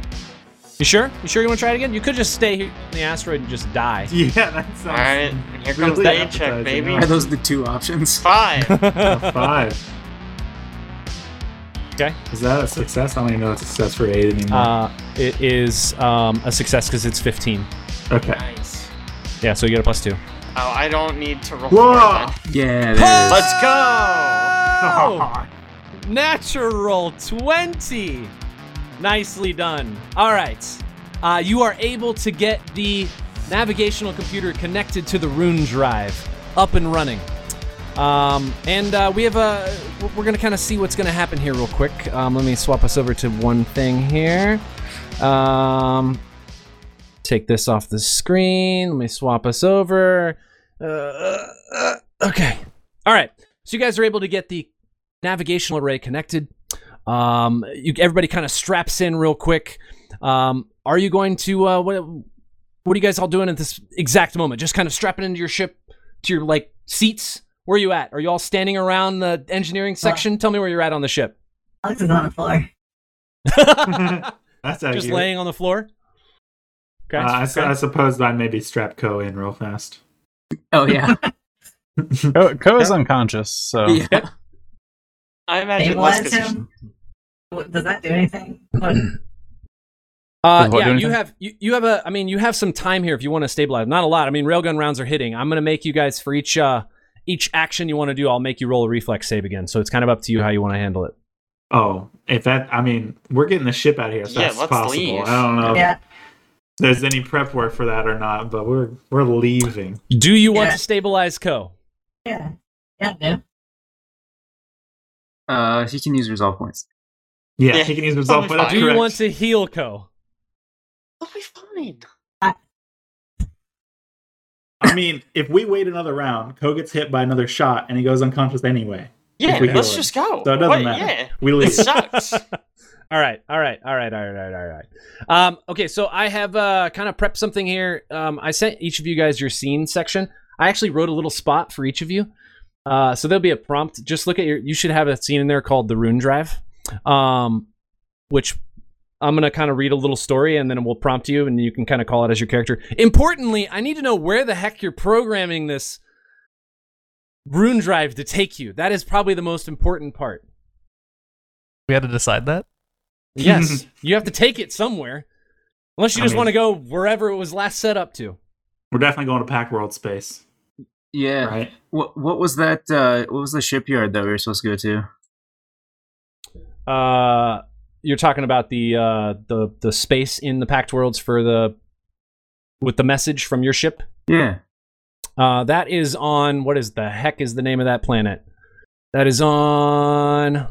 You sure? You sure you want to try it again? You could just stay here on the asteroid and just die. Yeah, that sounds All right. Here comes really the aid check, appetizing, baby. huh? Are those the two options? [laughs] Five. five. [laughs] Okay. Is that a success? I don't even know if it's a success for eight anymore. Uh, it is um, a success because it's 15. okay. nice. Yeah, so you get a plus two. Oh, I don't need to roll. Whoa. for it Yeah, there then. it is. Let's go. Natural 20. Nicely done. All right. Uh, you are able to get the navigational computer connected to the rune drive up and running. Um, and uh, we have a. We're going to kind of see what's going to happen here, real quick. Um, let me swap us over to one thing here. Um, take this off the screen. Let me swap us over. Uh, uh, uh, okay. All right. So you guys are able to get the navigational array connected. Um, you, everybody kind of straps in real quick. Um, are you going to uh, what? What are you guys all doing at this exact moment? Just kind of strapping into your ship to your like seats. Where are you at? Are you all standing around the engineering section? Tell me where you're at on the [laughs] ship. I was on the floor. That's accurate. Just laying on the floor. Uh, Okay. I, s- I okay. suppose I maybe strap Co in real fast. [laughs] Oh yeah. Co, Co is unconscious, so Oh. yeah. I They imagine want Lesk him. What- Does that do anything? What- Uh, Does what do yeah, you anything? have you, you have a. I mean, you have some time here if you want to stabilize. Not a lot. I mean, railgun rounds are hitting. I'm gonna make you guys for each uh each action you want to do. I'll make you roll a reflex save again. So it's kind of up to you how you want to handle it. Oh, if that, I mean, we're getting the ship out of here. If Yeah, that's let's possible. leave. I don't know. Yeah. there's any prep work for that or not, but we're we're leaving. Do you want Yeah. to stabilize Co? Yeah. Yeah, no. Uh, he can use resolve points. Yeah, Yeah, he can use himself, but probably that's Do you correct. want to heal Co? They'll be fine. I mean, if we wait another round, Ko gets hit by another shot and he goes unconscious anyway. Yeah, we let's heal it. just go. So it doesn't Wait, matter. Yeah. We It leave. sucks. [laughs] [laughs] All right, all right, all right, all right, all right, all right. Um, okay, so I have uh, kind of prepped something here. Um, I sent each of you guys your scene section. I actually wrote a little spot for each of you. Uh, so there'll be a prompt. Just look at your. You should have a scene in there called the Rune Drive, um, which I'm gonna kind of read a little story and then we'll prompt you and you can kind of call it as your character. Importantly, I need to know where the heck you're programming this Rune Drive to take you. That is probably the most important part. We had to decide that. [laughs] Yes, you have to take it somewhere, unless you I just mean- want to go wherever it was last set up to. We're definitely going to Pack World Space, Yeah. right? What What was that? Uh, what was the shipyard that we were supposed to go to? Uh, you're talking about the uh, the the space in the packed worlds for the with the message from your ship. Yeah. Uh, that is on what is the heck is the name of that planet? That is on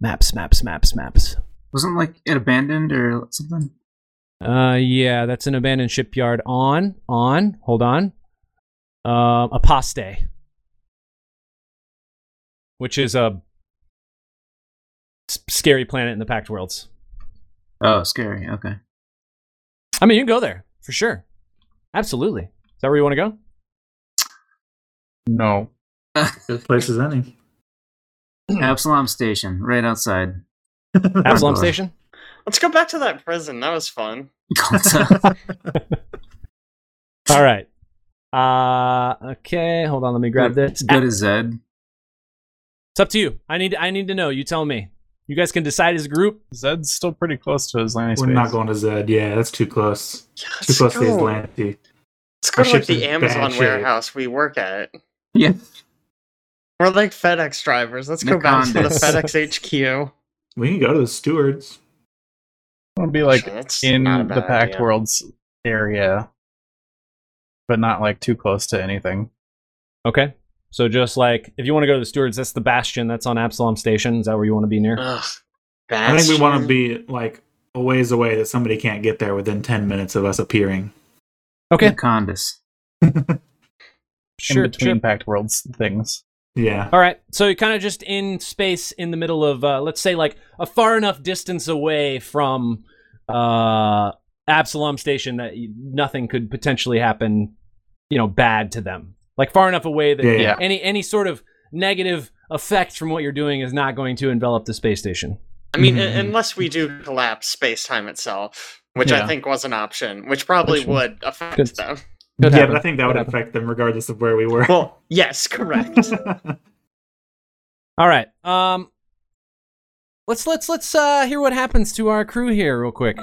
maps, maps, maps, maps. Wasn't like it abandoned or something? Uh, yeah, that's an abandoned shipyard on on. Hold on, uh, Aposte, which is a s- scary planet in the Packed Worlds. Oh, scary. Okay. I mean, you can go there for sure. Absolutely. Is that where you want to go? No. This place is any. Absalom Station, right outside. Absalom Lord. Station. let's go back to that prison. That was fun. All right. Uh, okay. Hold on. Let me grab this. Ah, Go to Zed. It's up to you. I need. I need to know. You tell me. You guys can decide as a group. Zed's still pretty close to his landing We're space. not going to Zed. Yeah, that's too close. Yeah, Too let's close to go. Atlantis. Let's go Our to like ship's in the bad Amazon shape. warehouse we work at. Yeah. We're like FedEx drivers. Let's go back to the Macondas. FedEx HQ. We can go to the stewards. It'll be like Sure, that's in not a the bad Packed idea. Worlds area, but not like too close to anything. Okay. So just like if you want to go to the stewards, that's the bastion. That's on Absalom Station. Is that where you want to be near? Ugh, I think we want to Bastion. be like a ways away that somebody can't get there within 10 minutes of us appearing. Okay. Condis. Sure. in between sure. Packed Worlds things. Yeah. All right. So you're kind of just in space in the middle of, uh, let's say, like a far enough distance away from uh, Absalom Station that you, nothing could potentially happen, you know, bad to them. Like far enough away that Yeah. yeah. Yeah. any any sort of negative effect from what you're doing is not going to envelop the space station. I mean, Mhm. unless we do collapse space time itself, which I Yeah. think was an option, which probably Which- would affect Good. them. Could yeah, happen. but I think that would happen. affect them regardless of where we were. [laughs] Well, yes, correct. [laughs] All right. Um Let's let's let's uh, hear what happens to our crew here real quick.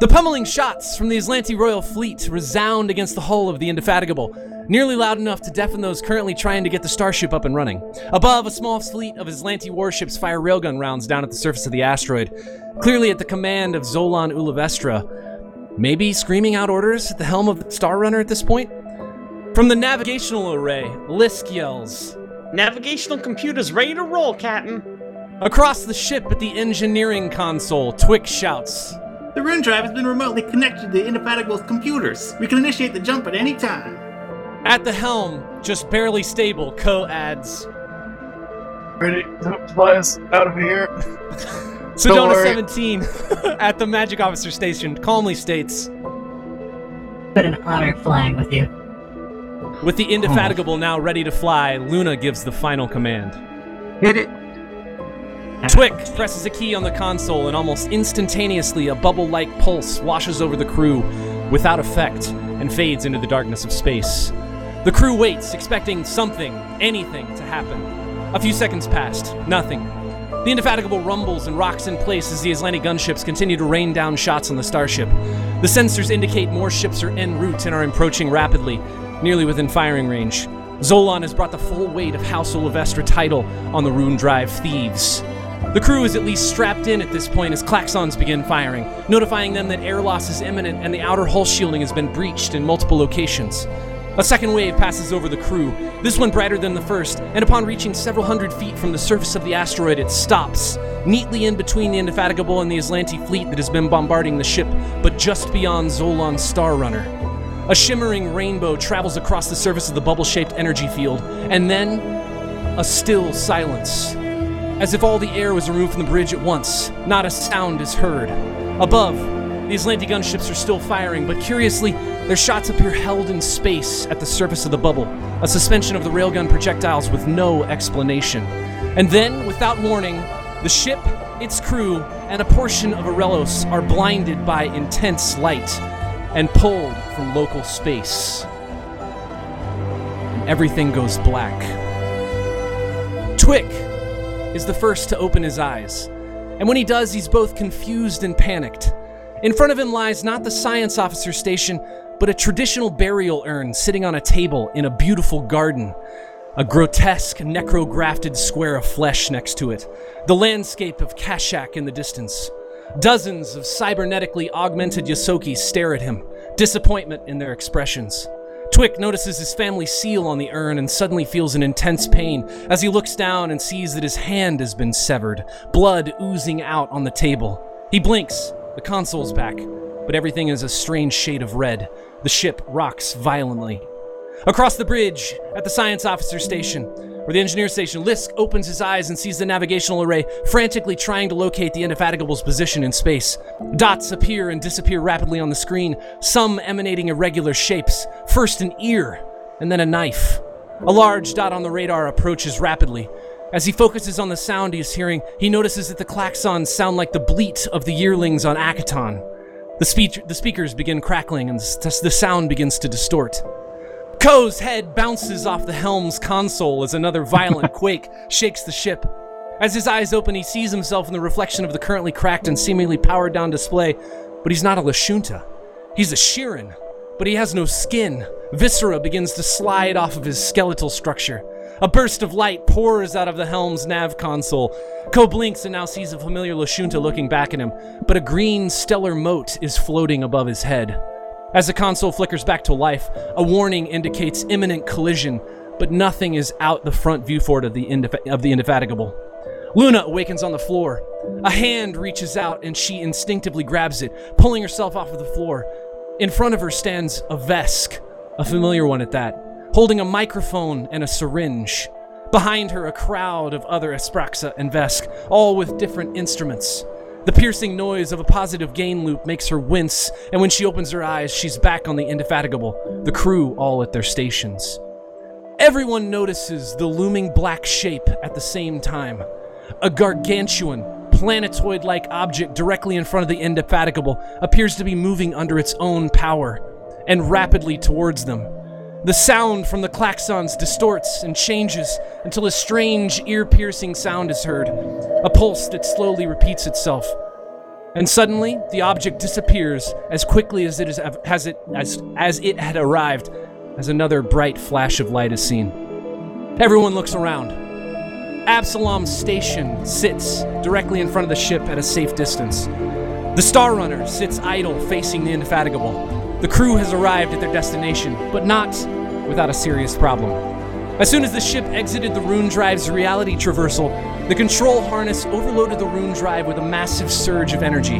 The pummeling shots from the Aslanti Royal Fleet resound against the hull of the Indefatigable, nearly loud enough to deafen those currently trying to get the starship up and running. Above, a small fleet of Aslanti warships fire railgun rounds down at the surface of the asteroid, clearly at the command of Zolan Ulavestra. Maybe screaming out orders at the helm of the Star Runner at this point? From the navigational array, Lisk yells, Navigational computers ready to roll, Captain. Across the ship at the engineering console, Twix shouts. The rune drive has been remotely connected to the Indefatigable's computers. We can initiate the jump at any time. At the helm, just barely stable, Co adds. Ready to fly us out of here. Sedona worry. 17 [laughs] at the magic officer station calmly states, But an honor flying with you. with the indefatigable now ready to fly, Luna gives the final command. Hit it. Twick presses a key on the console, and almost instantaneously, a bubble like pulse washes over the crew without effect and fades into the darkness of space. The crew waits, expecting something, anything to happen. A few seconds passed, nothing. The Indefatigable rumbles and rocks in place as the Islandi gunships continue to rain down shots on the starship. The sensors indicate more ships are en route and are approaching rapidly, nearly within firing range. Zolan has brought the full weight of House Olivestra title on the Rune Drive thieves. The crew is at least strapped in at this point as klaxons begin firing, notifying them that air loss is imminent and the outer hull shielding has been breached in multiple locations. A second wave passes over the crew, this one brighter than the first, and upon reaching several hundred feet from the surface of the asteroid, it stops, neatly in between the Indefatigable and the Aslanti fleet that has been bombarding the ship, but just beyond Zolan's Star Runner. A shimmering rainbow travels across the surface of the bubble shaped energy field, and then a still silence. As if all the air was removed from the bridge at once, not a sound is heard. Above, the Aslanti gunships are still firing, but curiously, their shots appear held in space at the surface of the bubble, a suspension of the railgun projectiles with no explanation. And then, without warning, the ship, its crew, and a portion of Arelos are blinded by intense light and pulled from local space. And everything goes black. Twick is the first to open his eyes, and when he does, he's both confused and panicked. In front of him lies not the science officer station, but a traditional burial urn sitting on a table in a beautiful garden. A grotesque, necro-grafted square of flesh next to it. The landscape of Kashak in the distance. Dozens of cybernetically augmented Yosoki stare at him, disappointment in their expressions. Twick notices his family seal on the urn and suddenly feels an intense pain as he looks down and sees that his hand has been severed, blood oozing out on the table. He blinks, the console's back, but everything is a strange shade of red. The ship rocks violently. Across the bridge, at the science officer station, or the engineer station, Lisk opens his eyes and sees the navigational array frantically trying to locate the Indefatigable's position in space. Dots appear and disappear rapidly on the screen, some emanating irregular shapes, first an ear, and then a knife. A large dot on the radar approaches rapidly. As he focuses on the sound he is hearing, he notices that the klaxons sound like the bleat of the yearlings on Akaton. The, speech, the speakers begin crackling and the s- the sound begins to distort. Ko's head bounces off the helm's console as another violent quake shakes the ship. As his eyes open, he sees himself in the reflection of the currently cracked and seemingly powered down display, but he's not a Lashunta. He's a Shirin, but he has no skin. Viscera begins to slide off of his skeletal structure. A burst of light pours out of the helm's nav console. Ko blinks and now sees a familiar Lashunta looking back at him, but a green stellar mote is floating above his head. As the console flickers back to life, a warning indicates imminent collision, but nothing is out the front viewport of the, indef- of the Indefatigable. Luna awakens on the floor. A hand reaches out and she instinctively grabs it, pulling herself off of the floor. In front of her stands a Vesk, a familiar one at that, holding a microphone and a syringe. Behind her, a crowd of other Espraxa and Vesk, all with different instruments. The piercing noise of a positive gain loop makes her wince, and when she opens her eyes, she's back on the Indefatigable, the crew all at their stations. Everyone notices the looming black shape at the same time. A gargantuan, planetoid like object directly in front of the Indefatigable appears to be moving under its own power and rapidly towards them. The sound from the klaxons distorts and changes until a strange, ear piercing sound is heard, a pulse that slowly repeats itself. And suddenly, the object disappears as quickly as it, is, as, it, as, as it had arrived, as another bright flash of light is seen. Everyone looks around. Absalom's station sits directly in front of the ship at a safe distance. The Star Runner sits idle, facing the Indefatigable. The crew has arrived at their destination, but not without a serious problem. As soon as the ship exited the Rune Drive's reality traversal, the control harness overloaded the Rune Drive with a massive surge of energy.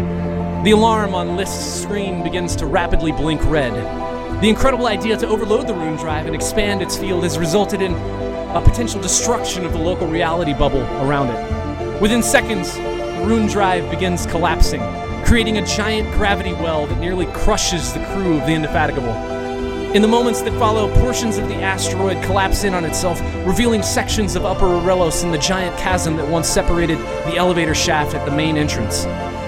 The alarm on List's screen begins to rapidly blink red. The incredible idea to overload the Rune Drive and expand its field has resulted in a potential destruction of the local reality bubble around it. Within seconds, the rune drive begins collapsing, creating a giant gravity well that nearly crushes the crew of the Indefatigable. In the moments that follow, portions of the asteroid collapse in on itself, revealing sections of Upper Orelos and the giant chasm that once separated the elevator shaft at the main entrance.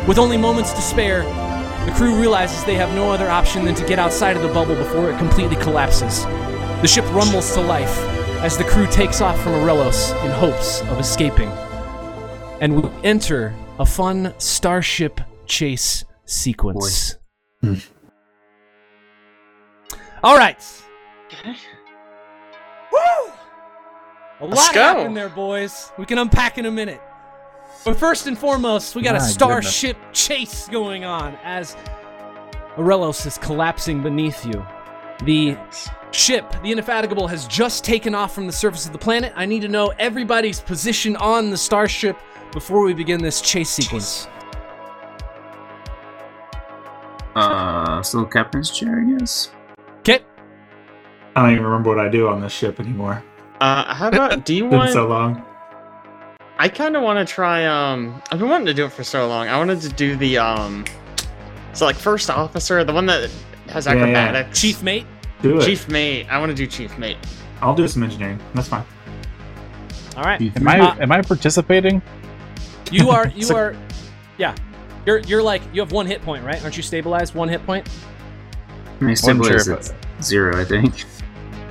With only moments to spare, the crew realizes they have no other option than to get outside of the bubble before it completely collapses. The ship rumbles to life as the crew takes off from Orelos in hopes of escaping and we enter a fun starship chase sequence. All right. Woo! A lot Let's go. happened there, boys. We can unpack in a minute. But first and foremost, we got a My starship chase going on as Aurelos is collapsing beneath you. The ship, the Indefatigable, has just taken off from the surface of the planet. I need to know everybody's position on the starship before we begin this chase sequence. Uh, so captain's chair, I guess. Okay. I don't even remember what I do on this ship anymore. Uh, how about do you It's been want? so long. I kind of want to try. Um, I've been wanting to do it for so long. I wanted to do the um, so like first officer, the one that has Yeah, yeah. acrobatics. Chief mate, Do it. Chief mate. I want to do chief mate. I'll do some engineering. That's fine. all right. Am I Uh, am I participating? You [laughs] are you are yeah. You're you're like you have one hit point, right? Aren't you stabilized? One hit point? My stabilize chair, is zero, I think.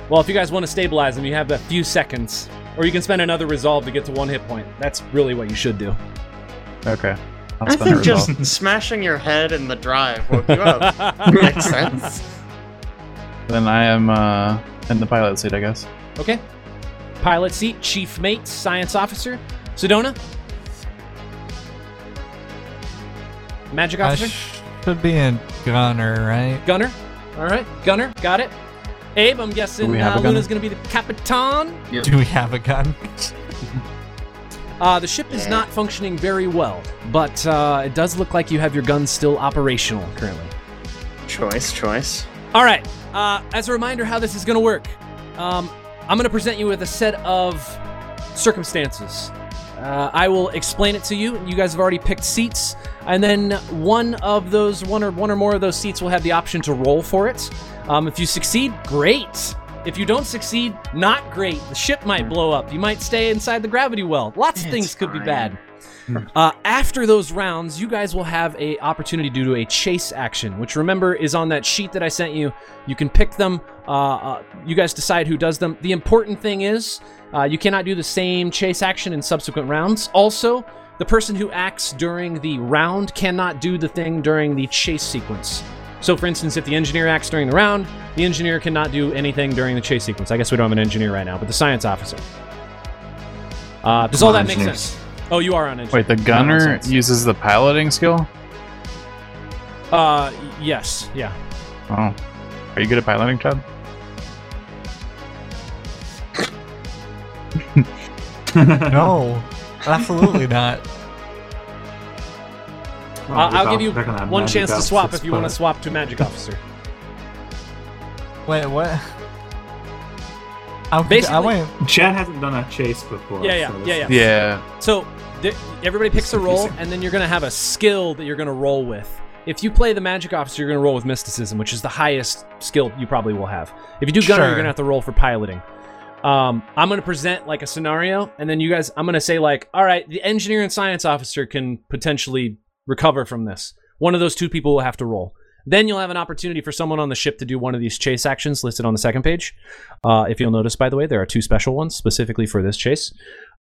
Well, if you guys want to stabilize them, you have a few seconds. Or you can spend another resolve to get to one hit point. That's really what you should do. Okay. I'll I spend think it just all. smashing your head in the drive woke you up. Makes sense. then I am uh, in the pilot seat, I guess. Okay. Pilot seat, chief mate, science officer, Sedona. Magic I officer, should be in gunner, right? [laughs] gunner. All right, gunner, got it. Abe, I'm guessing Do we have uh, a gunner? Luna's gonna be the capitan. Do we have [laughs] a gun? Uh, the ship is not functioning very well, but uh, it does look like you have your gun still operational currently. Choice, choice. All right. Uh, as a reminder, how this is going to work, um, I'm going to present you with a set of circumstances. Uh, I will explain it to you. You guys have already picked seats, and then one of those, one or one or more of those seats, will have the option to roll for it. Um, if you succeed, great. If you don't succeed, not great. The ship might blow up. You might stay inside the gravity well. Lots of things could be bad. Uh, after those rounds, you guys will have a opportunity to do a chase action, which remember is on that sheet that I sent you. You can pick them. Uh, uh, you guys decide who does them. The important thing is uh, you cannot do the same chase action in subsequent rounds. Also, the person who acts during the round cannot do the thing during the chase sequence. So, for instance, if the engineer acts during the round, the engineer cannot do anything during the chase sequence. I guess we don't have an engineer right now, but the science officer. Uh, does all that make Engineers. sense? Oh, you are on engineer. Wait, the No, gunner it's- uses the piloting skill? Uh, yes, yeah. Oh. Are you good at piloting, Chad? No, absolutely not. I'll, I'll give you Back on that one magic chance to outfit swap if you want to spot. swap to magic officer. Wait, what? I'm confu- I Basically- went. Chad hasn't done a chase before. Yeah, yeah, so yeah, this- Yeah. So th- everybody picks a roll, and then you're gonna have a skill that you're gonna roll with. If you play the magic officer, you're gonna roll with mysticism, which is the highest skill you probably will have. If you do gunner, you're Sure. gonna have to roll for piloting. Um, I'm gonna present like a scenario, and then you guys, I'm gonna say like, all right, the engineer and science officer can potentially recover from this. One of those two people will have to roll. Then you'll have an opportunity for someone on the ship to do one of these chase actions listed on the second page. Uh, if you'll notice, by the way, there are two special ones specifically for this chase.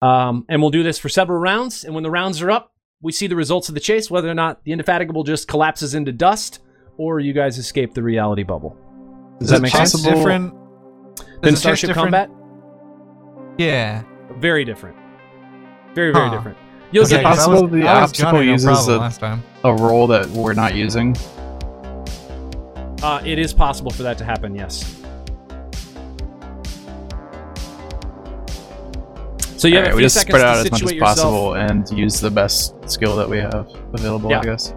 Um, and we'll do this for several rounds. And when the rounds are up, we see the results of the chase, whether or not the Indefatigable just collapses into dust or you guys escape the reality bubble. Does that make Chase sense? possible? Different. Then is it chase Starship different? Combat? Yeah. Very different. Very, very Huh. different. You'll Okay, get Is it possible I was- the I was obstacle gunner, no uses problem a- last time. A role that we're not using. Uh, it is possible for that to happen, yes. So you have Alright, a we few just seconds spread out to as much as situate yourself. possible and use the best skill that we have available, Yeah. I guess.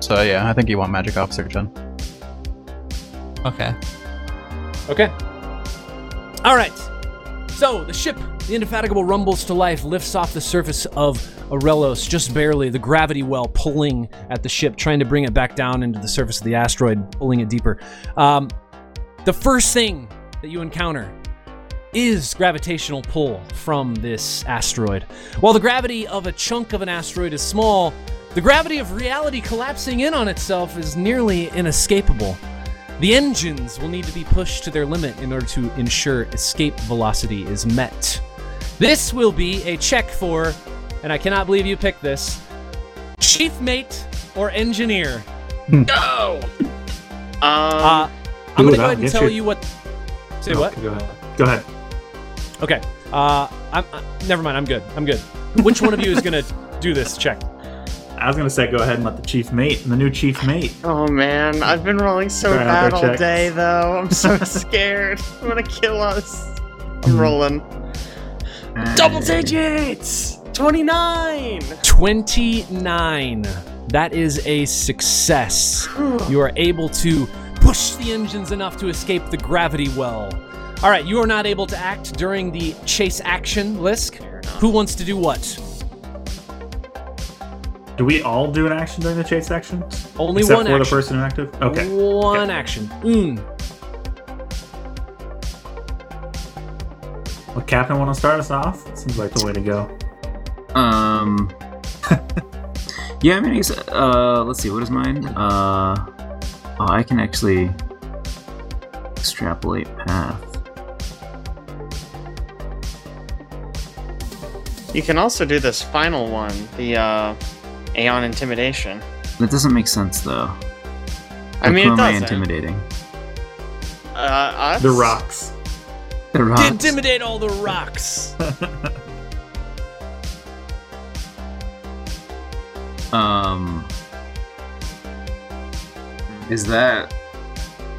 So yeah, I think you want magic officer, Jen. Okay. Okay. All right. So the ship, the Indefatigable, rumbles to life, lifts off the surface of Aurelos just barely, the gravity well pulling at the ship, trying to bring it back down into the surface of the asteroid, pulling it deeper. Um, the first thing that you encounter is gravitational pull from this asteroid. While the gravity of a chunk of an asteroid is small, the gravity of reality collapsing in on itself is nearly inescapable. The engines will need to be pushed to their limit in order to ensure escape velocity is met. This will be a check for, and I cannot believe you picked this, chief mate or engineer. Go. Um, Uh, I'm going to Ooh, that go ahead and gets tell you. you what. Say No, what? Go ahead. Go ahead. Okay. Uh, I'm, uh, never mind. I'm good. I'm good. Which one of you is [laughs] gonna do this check? I was gonna say go ahead and let the chief mate and the new chief mate. Oh man, I've been rolling so Try bad another all check. day though. I'm so scared. [laughs] I'm gonna kill us. I'm rolling. Double digits! 29! 29. That is a success. You are able to push the engines enough to escape the gravity well. All right, you are not able to act during the chase action, Lisk. Who wants to do what? Do we all do an action during the chase action? Only Except one for the action. person active. Okay. One action. Mm. Well, Captain, want to start us off? Seems like the way to go. Um. [laughs] yeah, I mean, I guess, uh, let's see. What is mine? Uh, oh, I can actually extrapolate path. You can also do this final one, the uh, Aeon Intimidation. That doesn't make sense though. I Like, mean, who it am I doesn't. intimidating? Uh, us? The rocks. The rocks. Intimidate all the rocks. Um, is that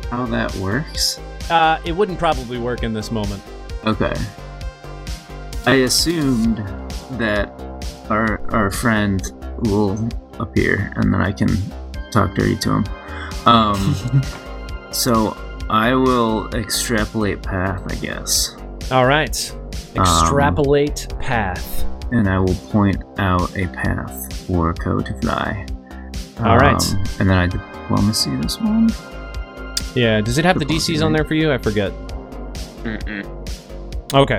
how that works? Uh, it wouldn't probably work in this moment. Okay. I assumed that our our friend will appear, and then I can talk dirty to him. Um, [laughs] so I will extrapolate path, I guess, All right. Um, Extrapolate path. and I will point out a path for Ko to fly. All right. Um, and then I diplomacy this one. Yeah. Does it have the DCs on there for you? I forget. Mm-mm. Okay.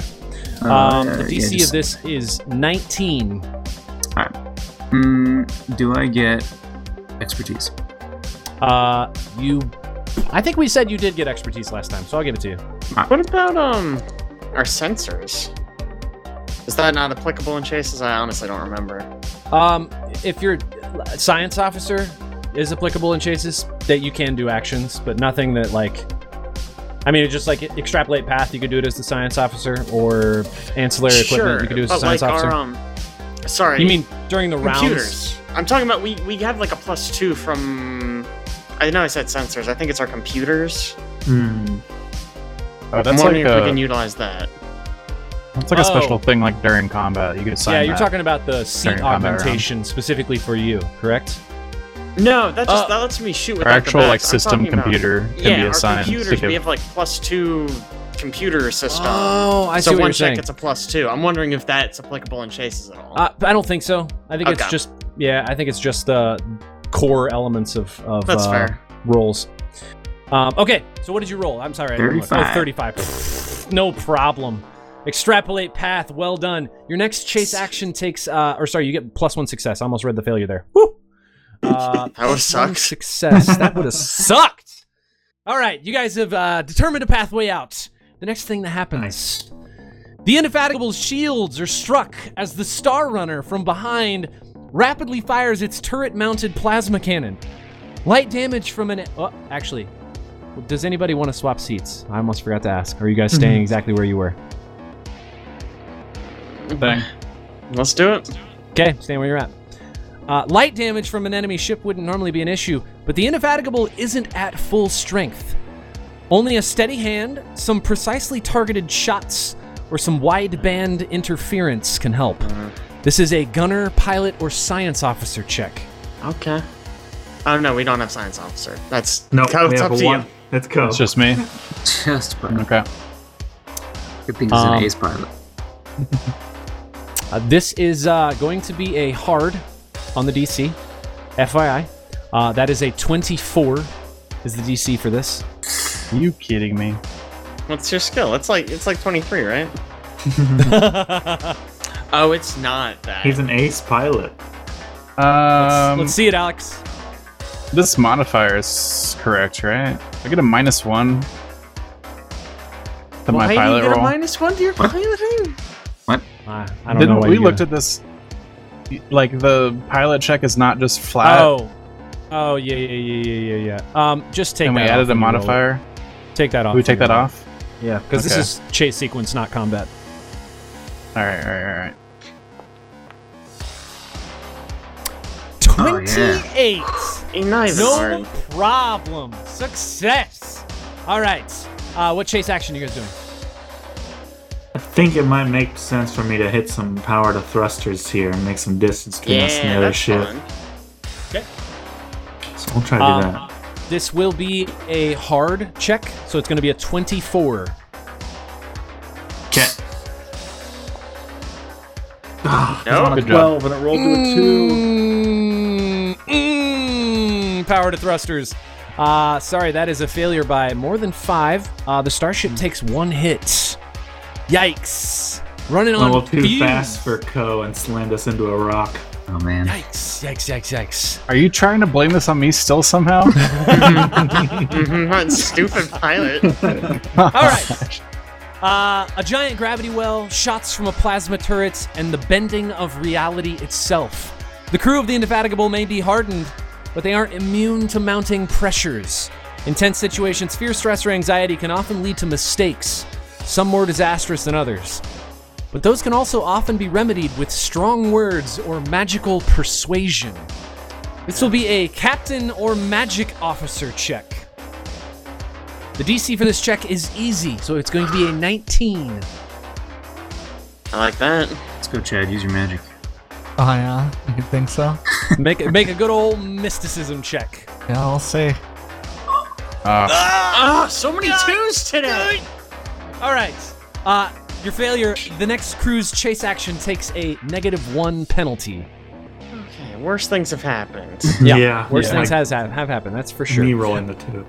Um, Uh, the yeah, DC just- of this is 19. Mm, do I get expertise? Uh, you, I think we said you did get expertise last time, so I'll give it to you. What about um our sensors? Is that not applicable in chases? I honestly don't remember. Um, if you're a science officer, is applicable in chases that you can do actions, but nothing that like. I mean, just like extrapolate path, you could do it as the science officer, or ancillary equipment, you could do as a but like science officer. our um, sorry. you mean during the rounds? computers? I'm talking about we we have like a plus two from. I know I said sensors. I think it's our computers. Hmm. Oh, I'm that's like wondering if we can a, utilize that. that's like a Oh. special thing like during combat. You could sign Yeah, you're that. talking about the seat During combat augmentation specifically for you, correct? No, that just Uh, that lets me shoot with Our actual like system computer can yeah, be our assigned. to computers. We give- have like plus two computer [gasps] system. I so one check it's a plus two. I'm wondering if that's applicable in chases at all. Uh, I don't think so. I think it's Okay. just yeah. I think it's just the core elements of of that's uh, fair. rolls. Um, okay, so what did you roll? I'm sorry. I didn't look. Oh, 35. 35. Pfft, [laughs] no problem. Extrapolate path. Well done. Your next chase action takes, uh, or sorry, you get plus one success. I almost read the failure there. Woo! Uh, [laughs] That would plus one suck. Success. That [laughs] would have sucked. All right, you guys have uh, determined a pathway out. The next thing that happens. The Indefatigable's shields are struck as the Star Runner from behind rapidly fires its turret mounted plasma cannon. Light damage from an. Oh, actually, does anybody want to swap seats? I almost forgot to ask. Are you guys staying exactly where you were? thing. Let's do it. Okay, stay where you're at. Uh, light damage from an enemy ship wouldn't normally be an issue, but the Indefatigable isn't at full strength. Only a steady hand, some precisely targeted shots, or some wideband interference can help. This is a gunner, pilot, or science officer check. Okay. Oh no, we don't have science officer. That's No, It's we up have to a you. one. Let's go. It's just me. Just by Okay. Good thing he's Um, an ace pilot. Uh, this is uh, going to be a hard on the DC, FYI. Uh, that is a 24 is the DC for [laughs] this. You kidding me? What's your skill? It's like it's like 23, right? oh, it's not that. He's an ace pilot. Um, Let's see it, Alex. this modifier is correct, right? I get a minus one. To Why my do pilot you get roll. a minus one to your piloting? Uh, I don't Didn't know. we looked at this? Like the pilot check is not just flat, Oh. Oh yeah yeah yeah yeah yeah yeah. Um, just take and we that. off added a when you roll it. modifier. Take that off. Did we take when that you roll off? it. Yeah, because Okay. this is chase sequence, not combat. All right, all right, all right. Oh, 28. Nice. No problem. Success. All right. Uh, what chase action are you guys doing? I think it might make sense for me to hit some power to thrusters here and make some distance between us and the Yeah, other that's shit. fun. So we'll try to do Um, that. This will be a hard check, so it's going to be a 24. Okay. Ah, I was on a Good job. 12 and it rolled to a 2. Mm, mm, power to thrusters. Uh, sorry, that is a failure by more than five. Uh, the Hmm. starship takes one hit. Yikes! Running on Level 2 fumes. fast for Co and slammed us into a rock. Oh man. Yikes! Yikes! Yikes! Yikes! Are you trying to blame this on me still somehow? Mhm, that stupid pilot. All right. Uh, a giant gravity well, shots from a plasma turret, and the bending of reality itself. The crew of the Indefatigable may be hardened, but they aren't immune to mounting pressures. Intense situations, fear, stress, or anxiety can often lead to mistakes, some more disastrous than others. But those can also often be remedied with strong words or magical persuasion. This will be a captain or magic officer check. The DC for this check is easy, so it's going to be a 19. I like that. Let's go, Chad. Use your magic. [laughs] Oh yeah, you think so? Make make a good old mysticism check. Yeah, I'll see. Ah, Ah, so many twos today. All right. Uh, your failure. The next crew's chase action takes a negative one penalty. Okay, worse things have happened. Yeah. Yeah, Worse yeah, things like- has have, have happened. That's for sure. Me rolling the 2.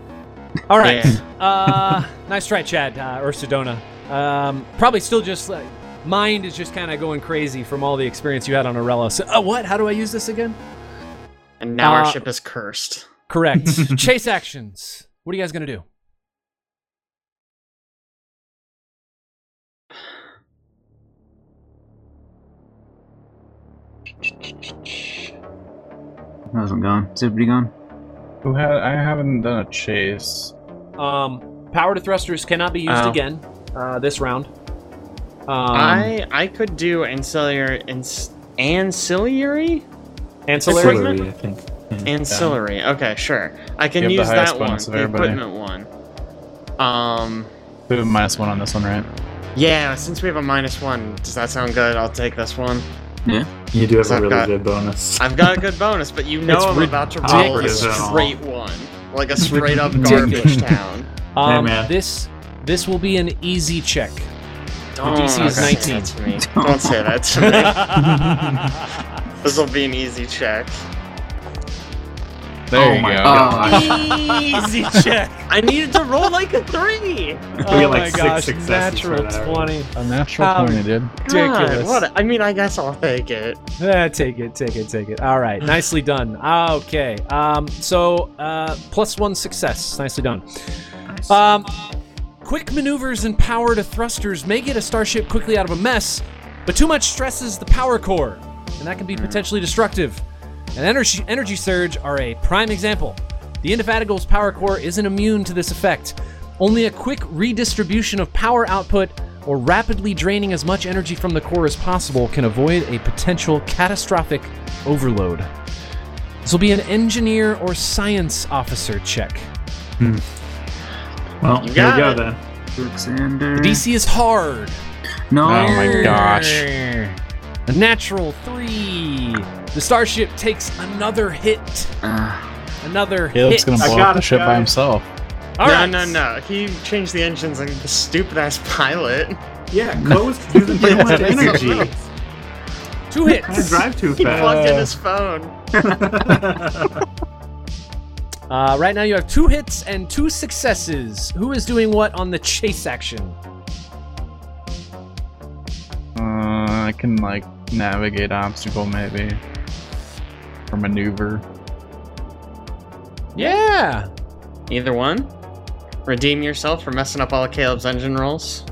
All right. Yeah. Uh, [laughs] nice try, Chad uh, or Sedona. Um, probably still just like mind is just kind of going crazy from all the experience you had on Arella. So, uh, what? How do I use this again? And now our Uh, ship is cursed. [laughs] Correct. chase actions. What are you guys gonna do? I wasn't gone. Is everybody gone? who had? I haven't done a chase. Um, power to thrusters cannot be used Oh. again uh, this round. Um, I I could do ancillary ins- ancillary ancillary. Ancillary. I think. ancillary. Okay, sure. I can You have use the highest that one, bonus of the everybody. equipment one. Um, Boom, minus one on this one, right? yeah. Since we have a minus one, does that sound good? I'll take this one. You do have I've a really got- good bonus. I've got a good bonus, but [laughs] you know It's I'm about to roll a ridiculous. straight one, like a straight up garbage [laughs] town. Um, man. This this will be an easy check. Don't DC is say that to [laughs] me. Don't say that to me. [laughs] this will be an easy check. There Oh you my go. [laughs] god. Easy check. I needed to roll like a three. [laughs] We get like six successes for that already. A natural Um, twenty, dude. Ridiculous. God, what? a- I mean, I guess I'll take it. Ah, take it, take it, take it. All [sighs] right, nicely done. Okay, um, so uh, plus one success, nicely done. Um, quick maneuvers and power to thrusters may get a starship quickly out of a mess, but too much stresses the power core, and that can Hmm. be potentially destructive. An energy energy surge are a prime example. The Indefatigable's power core isn't immune to this effect. Only a quick redistribution of power output or rapidly draining as much energy from the core as possible can avoid a potential catastrophic overload. This will be an engineer or science officer check. Well, You here got we go it. then. Alexander. DC is hard. No. Oh my gosh. A natural three. The starship takes another hit. Ah, Another Caleb's hit. gonna I blow got up the it, ship by guys. himself. All no, right. no, no. He changed the engines like the stupid ass pilot. [laughs] Yeah, goes [laughs] to do the too much energy. You Two kinda hits. drive too He plugged in fast. his phone. Uh, right now you have two hits and two successes. Who is doing what on the chase action? Uh, I can like navigate obstacle maybe, or maneuver. Yeah. Either one. Redeem yourself for messing up all of Caleb's engine rolls.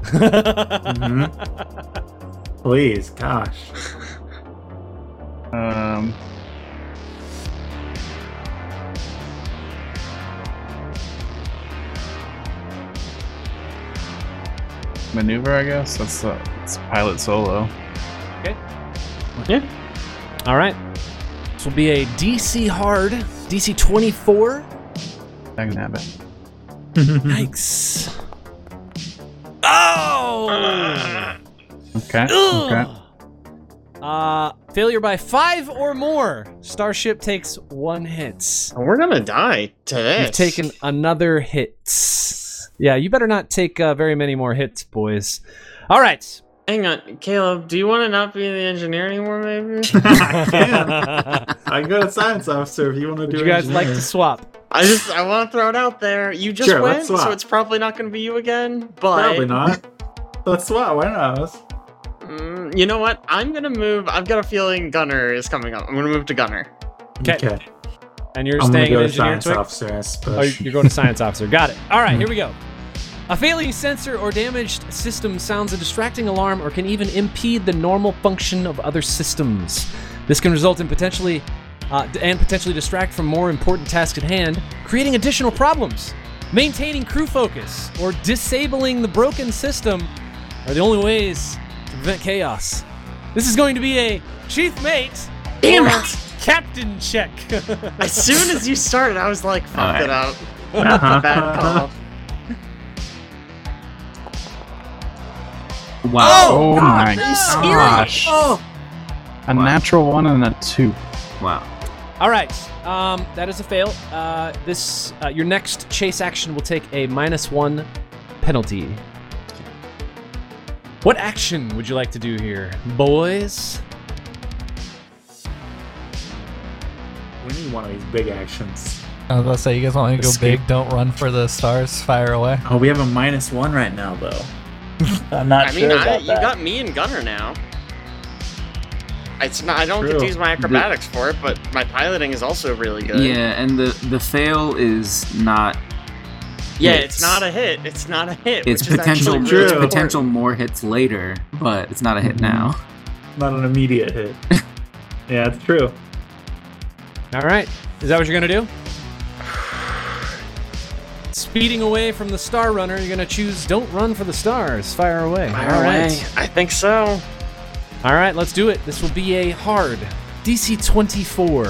Please, gosh. Um. Maneuver, I guess. That's the It's pilot solo. All right. This will be a DC hard, DC 24. I can have it. Mm-hmm. Yikes. Oh! Okay. Okay. Ugh. Uh, failure by five or more. Starship takes one hit. Oh, We're gonna die to this. You've taken another hit. Yeah, you better not take uh, very many more hits, boys. All right. Hang on, Caleb. Do you want to not be the engineer [laughs] anymore? Maybe. I can. Would I can go to science officer if you want to do you guys like engineering. to swap? I just I want to throw it out there. You just Sure, went, let's swap. so it's probably not gonna be you again. But Probably not. Let's swap. Why not? Mm, you know what? I'm gonna move. I've got a feeling Gunner is coming up. I'm gonna move to Gunner. Okay. And you're I'm gonna staying go an to engineer, science Twig? officer. I Oh, suppose. you're going to science officer. Got it. All right, here we go. A failing sensor or damaged system sounds a distracting alarm or can even impede the normal function of other systems. This can result in potentially uh, d- and potentially distract from more important tasks at hand, creating additional problems. Maintaining crew focus or disabling the broken system are the only ways to prevent chaos. This is going to be a chief mate Damn or it! captain check. As soon as you started, I was like, "Fuck Alright. it up." That's a bad call. Wow. Oh, my no! gosh! A Wow. natural one and a two. Wow. All right, um, that is a fail. Uh, this uh, your next chase action will take a minus one penalty. What action would you like to do here, boys? we need one of these big actions. I was about to say, you guys want me to go Escape. big? Don't run for the stars. Fire away. Oh, we have a minus one right now, though. [laughs] I'm not I sure mean, I, about you that. got me and Gunner now. It's not. I don't get to True. use my acrobatics for it, but my piloting is also really good. Yeah, and the the fail is not. Yeah, hits. it's not a hit. It's not a hit. It's which is potential. actually True. It's really potential more hits later, but it's not a hit now. not an immediate [laughs] hit. yeah, it's true. All right, is that what you're gonna do? [sighs] Speeding away from the Star Runner, you're gonna choose "Don't Run for the Stars." Fire away. important. All right, I think so. All right, let's do it. This will be a hard DC 24.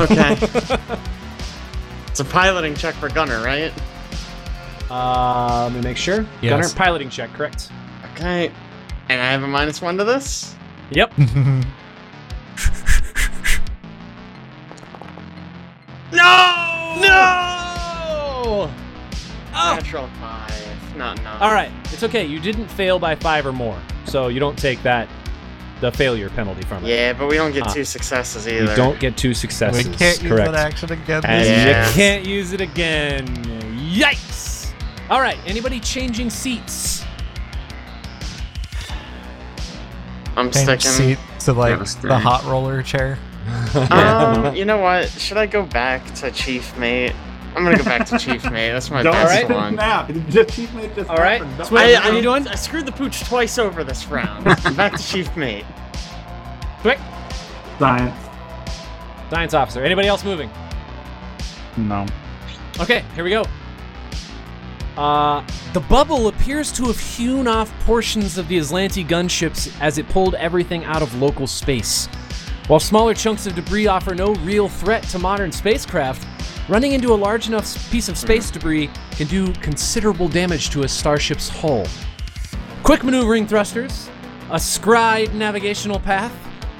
Okay. it's a piloting check for Gunner, right? Uh, let me make sure. Yes. Gunner piloting check, correct? Okay. And I have a minus one to this. Yep. No! No! Oh! Natural five. Not enough. All right, it's okay. You didn't fail by five or more, so you don't take that the failure penalty from it. Yeah, but we don't get Ah. two successes you either. don't get two successes. we can't use correct. that action again. And this You Yeah. can't use it again. Yikes! All right, anybody changing seats? I'm Change sticking. seat to like Devastating. the hot roller chair. Um, [laughs] you know what? Should I go back to chief mate? I'm gonna go back to chief mate. That's my Don't best sit one. now. Just keep making this All right. happen. Don't- Swing. What are you I- doing? I screwed the pooch twice over this round. [laughs] back to chief mate. Quick, Science. science officer. Anybody else moving? No. Okay, here we go. Uh, the bubble appears to have hewn off portions of the Aslanti gunships as it pulled everything out of local space. While smaller chunks of debris offer no real threat to modern spacecraft, running into a large enough s- piece of space debris can do considerable damage to a starship's hull. Quick maneuvering thrusters, a scryed navigational path,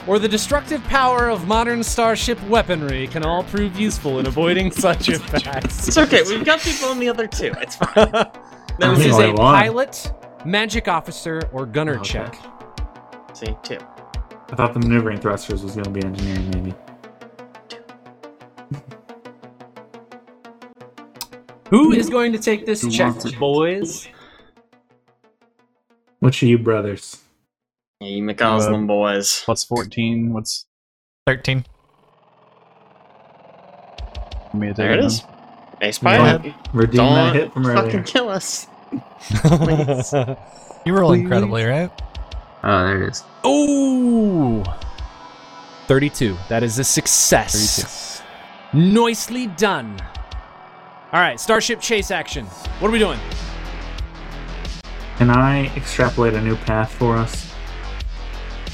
or the destructive power of modern starship weaponry can all prove useful in avoiding such effects. It's okay. We've got people on the other two. [laughs] It's fine. That was This is only a one. pilot, magic officer, or gunner Okay. check. see two. I thought the maneuvering thrusters was gonna be engineering, maybe. Who is going to take this Who check, wants it? boys? Which of you brothers? Hey, Uh, McCausland boys. Plus fourteen. What's Thirteen. me to take There it then? is. Ace pilot. Redeem that Don't hit from fucking earlier. kill us. Please. oh, You roll incredibly, right? Oh, there it is. 32. That is a success. Nicely done. All right, starship chase action. What are we doing? Can I extrapolate a new path for us?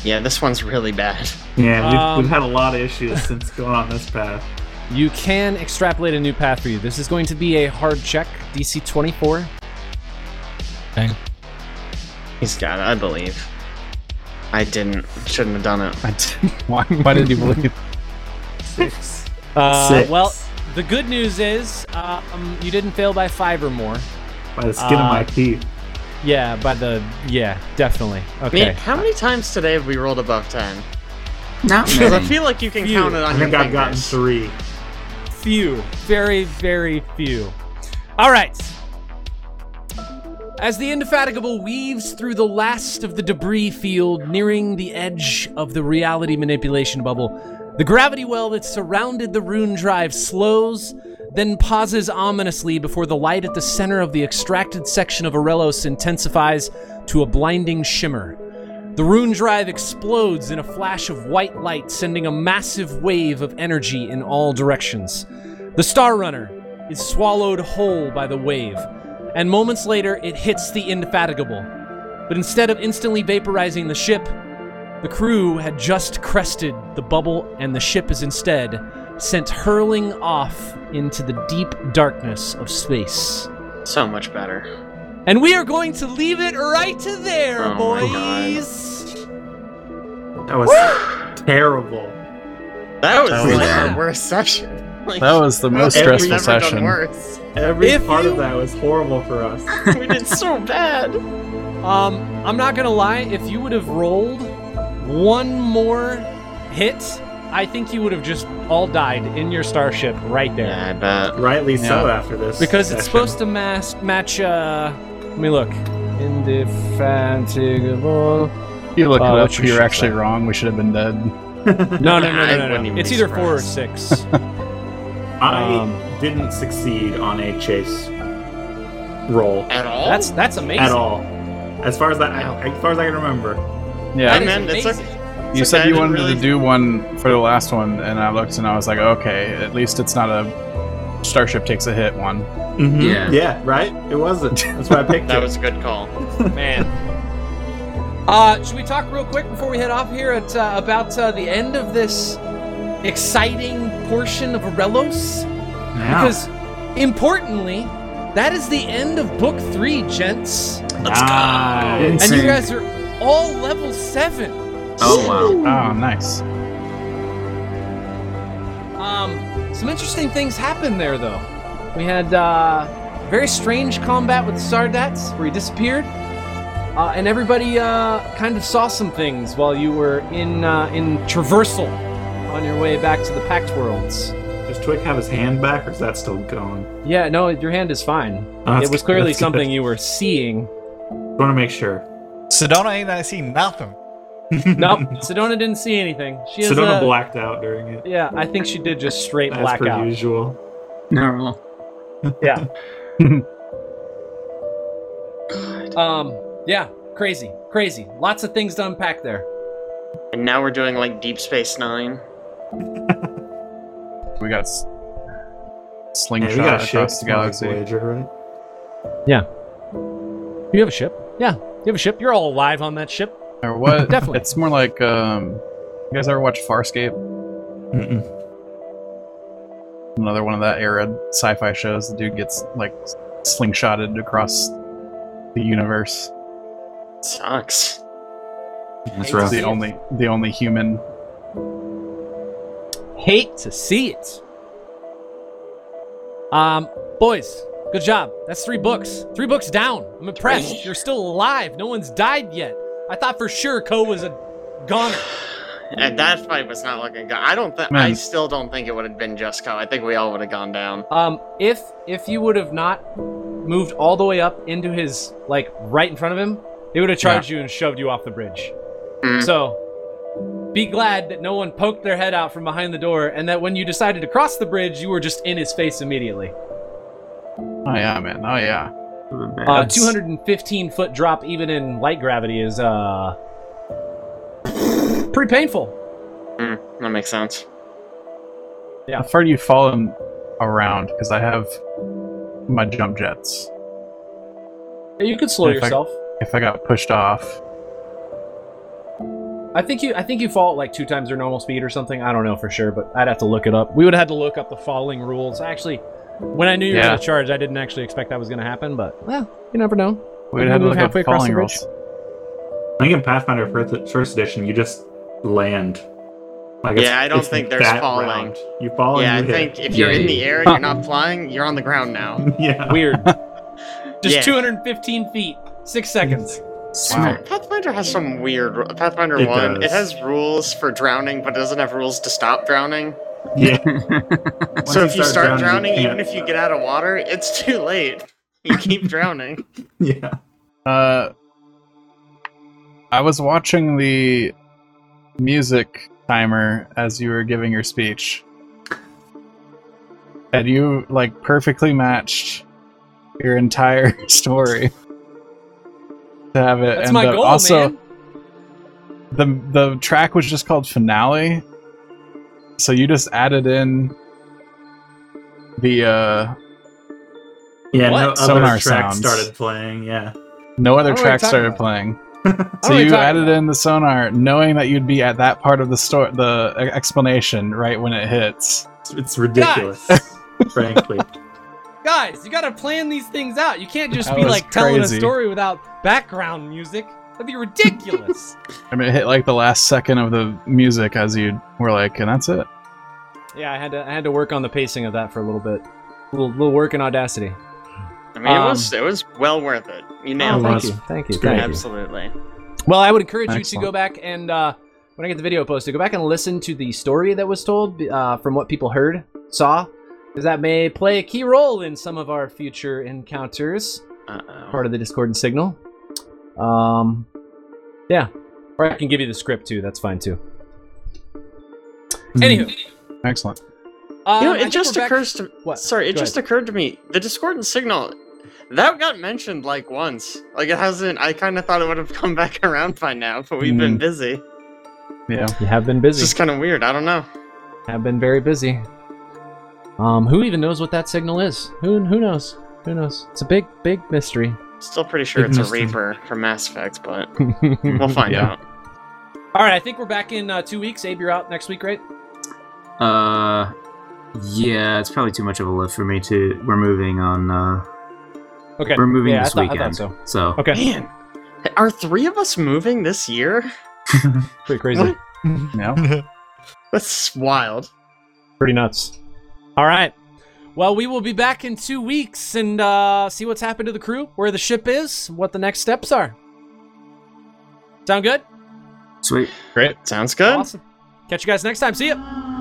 Yeah, this one's really bad. Yeah, we've, Um, we've had a lot of [laughs] issues since going on this path. You can extrapolate a new path for you. This is going to be a hard check, DC 24. He's got it, I believe. I didn't. Shouldn't have done it. I d- why, why did you [laughs] believe? Six. Uh, Six. Well, the good news is um, you didn't fail by five or more. By the skin of Uh, my teeth. Yeah, by the yeah, definitely. Okay. Nate, how many times today have we rolled above 10? Not Because [laughs] I many. feel like you can Few. count it I on your think I've gotten fingers. three. few, very, very few. All right. As the Indefatigable weaves through the last of the debris field, nearing the edge of the reality manipulation bubble, the gravity well that surrounded the rune drive slows, then pauses ominously before the light at the center of the extracted section of Arelos intensifies to a blinding shimmer. The rune drive explodes in a flash of white light, sending a massive wave of energy in all directions. The Star Runner is swallowed whole by the wave, and moments later it hits the Indefatigable. But instead of instantly vaporizing the ship, the crew had just crested the bubble, and the ship is instead sent hurling off into the deep darkness of space. So much better. And we are going to leave it right to there, Oh my God. boys. That was [gasps] terrible. That was That was like bad. our worst session. Like, That was the most we've stressful never Done session. worse. Every If part you- of that was horrible for us. [laughs] We did so bad. Um, I'm not gonna lie. If you would have rolled one more hit, I think you would have just all died in your starship right there. Yeah, I bet. Rightly so Yeah. after this. Because it's session. supposed to mas- match. Uh, let me look. Indefatigable. You look Uh, it what up. you You're should actually say. wrong. We should have been dead. No, no, no, I no, no. wouldn't no. even It's be either four or surprised. [laughs] six. I Um, didn't succeed on a chase roll At all? that's that's amazing. at all. As far as that, I, as far as I can remember. Yeah, That I is meant it's amazing. you It's said okay, I you didn't wanted really- to do one for the last one, and I looked and I was like, okay, at least it's not a starship takes a hit one. Mm-hmm. Yeah. Yeah, right? It wasn't. [laughs] That's why I picked That it. was a good call. man. Uh, should we talk real quick before we head off here at uh, about uh, the end of this exciting portion of Arelos? Because importantly, that is the end of book three, gents. Nice. And you Insane. guys are all level seven. Oh wow. Oh, nice. Um, some interesting things happened there, though. We had uh, very strange combat with Sardats, where he disappeared, uh, and everybody uh, kind of saw some things while you were in uh, in traversal on your way back to the Pact Worlds. Does Twig have his hand back, or is that still going? Yeah, no, your hand is fine. Oh, that's it was good, clearly that's good. something you were [laughs] seeing. want to make sure. Sedona ain't I see nothing. nope, Sedona didn't see anything. She is Sedona a- blacked out during it, Yeah, I think she did just straight as black per out. usual. Normal. Um, yeah, crazy, crazy. Lots of things to unpack there. And now we're doing like Deep Space Nine. We got s- Yeah, slingshot we got a ship. across the galaxy. Voyager, right? You have a ship? Yeah, you have a ship. You're all alive on that ship. Or what? [laughs] Definitely. It's more like um, you guys ever watch Farscape? Mm-mm. Another one of that era sci-fi shows. The dude gets like slingshotted across the universe. Sucks. That's Hate to rough. see The it. only the only human. Hate to see it. Um, boys, good job. That's three books. Three books down. I'm impressed. You're still alive. No one's died yet. I thought for sure Ko was a goner. And that fight was not looking good. I don't think. Man. I still don't think it would have been just Jusco. I think we all would have gone down. Um, if if you would have not moved all the way up into his like right in front of him, they would have charged you and shoved you off the bridge. Mm. So be glad that no one poked their head out from behind the door, and that when you decided to cross the bridge, you were just in his face immediately. Oh yeah, man. Oh yeah. Uh, That's- 215 foot drop, even in light gravity, is uh pretty painful. Mm, that makes sense. How far do you fall in around? Because I have my jump jets. You could slow If I- yourself. if I got pushed off. I think you I think you fall at like two times your normal speed or something. I don't know for sure, but I'd have to look it up. We would have had to look up the falling rules. Actually, when I knew you were Yeah. going to charge, I didn't actually expect that was going to happen, but well, you never [laughs] know. We'd Maybe have to move look up halfway across falling the bridge. rules. I think in Pathfinder first, first edition, you just land. Like Yeah, I don't think there's that falling. You fall. yeah, I and you think if you're in the air and you're not flying, you're on the ground now. think. [laughs] yeah. Weird. Just Yeah. 215 feet, six seconds. [laughs] Wow. Pathfinder has some weird. ru- Pathfinder It 1, it does. has rules for drowning, but it doesn't have rules to stop drowning. Yeah. Once so if you start drowning, you even if you get out of water, it's too late. You keep drowning. can't. [laughs] yeah. Uh, I was watching the music timer as you were giving your speech, and you like perfectly matched your entire [laughs] story to have it That's end my up. goal, uh, also, man. the the track was just called finale, so you just added in the uh Yeah, no What? other Sonar track sounds. started playing. Yeah. no other What are we track talking started about? playing. What [laughs] So are we you talking added about? in the sonar, knowing that you'd be at that part of the store, the e- explanation, right when it hits. It's, it's [laughs] ridiculous, frankly. Guys, you got to plan these things out. You can't just That be was like telling a crazy. story without background music. That'd be [laughs] ridiculous. I mean, it hit like the last second of the music as you were like, and that's it. yeah, I had to I had to work on the pacing of that for a little bit. A little, little work in audacity. I mean, Um, it was it was well worth it. You nailed Oh, it. thank you. Thank you. It's great. Thank you. Absolutely. Well, I would encourage you Excellent. to go back and uh, when I get the video posted, go back and listen to the story that was told uh, from what people heard, saw, because that may play a key role in some of our future encounters. Uh-oh. Part of the Discordant signal. Um, yeah, or I can give you the script too. That's fine too. Anywho, Hmm. Excellent. um, You Hmm. know, I it think just we're back- occurs to What? sorry, it Go just occurred to me the discordant signal that got mentioned like once. Like it hasn't. I kind of thought it would have [laughs] come back around by now, but we've been busy. Yeah. You have been It's busy. just kind of weird. I don't know. Have been very busy. Um, who even knows what that signal is? Who who knows? Who knows? It's a big big [laughs] mystery. Still pretty sure it's a Interesting. Reaper from Mass Effect, but Mm-hmm. we'll find Yeah. out. All right, I think we're back in uh, two weeks. Abe, you're out next week, right? Uh, yeah, it's probably too much of a lift for me to. We're moving on. Uh, Okay. we're moving Yeah, this I thought- I weekend. thought so. so. Okay. [laughs] Man, are three of us moving this year? Pretty crazy. What? Yeah. That's wild. Pretty nuts. All right. Well, we will be back in two weeks and uh, see what's happened to the crew, where the ship is, what the next steps are. Sound good? Sweet. Great. Sounds good. Awesome. Catch you guys next time. See ya.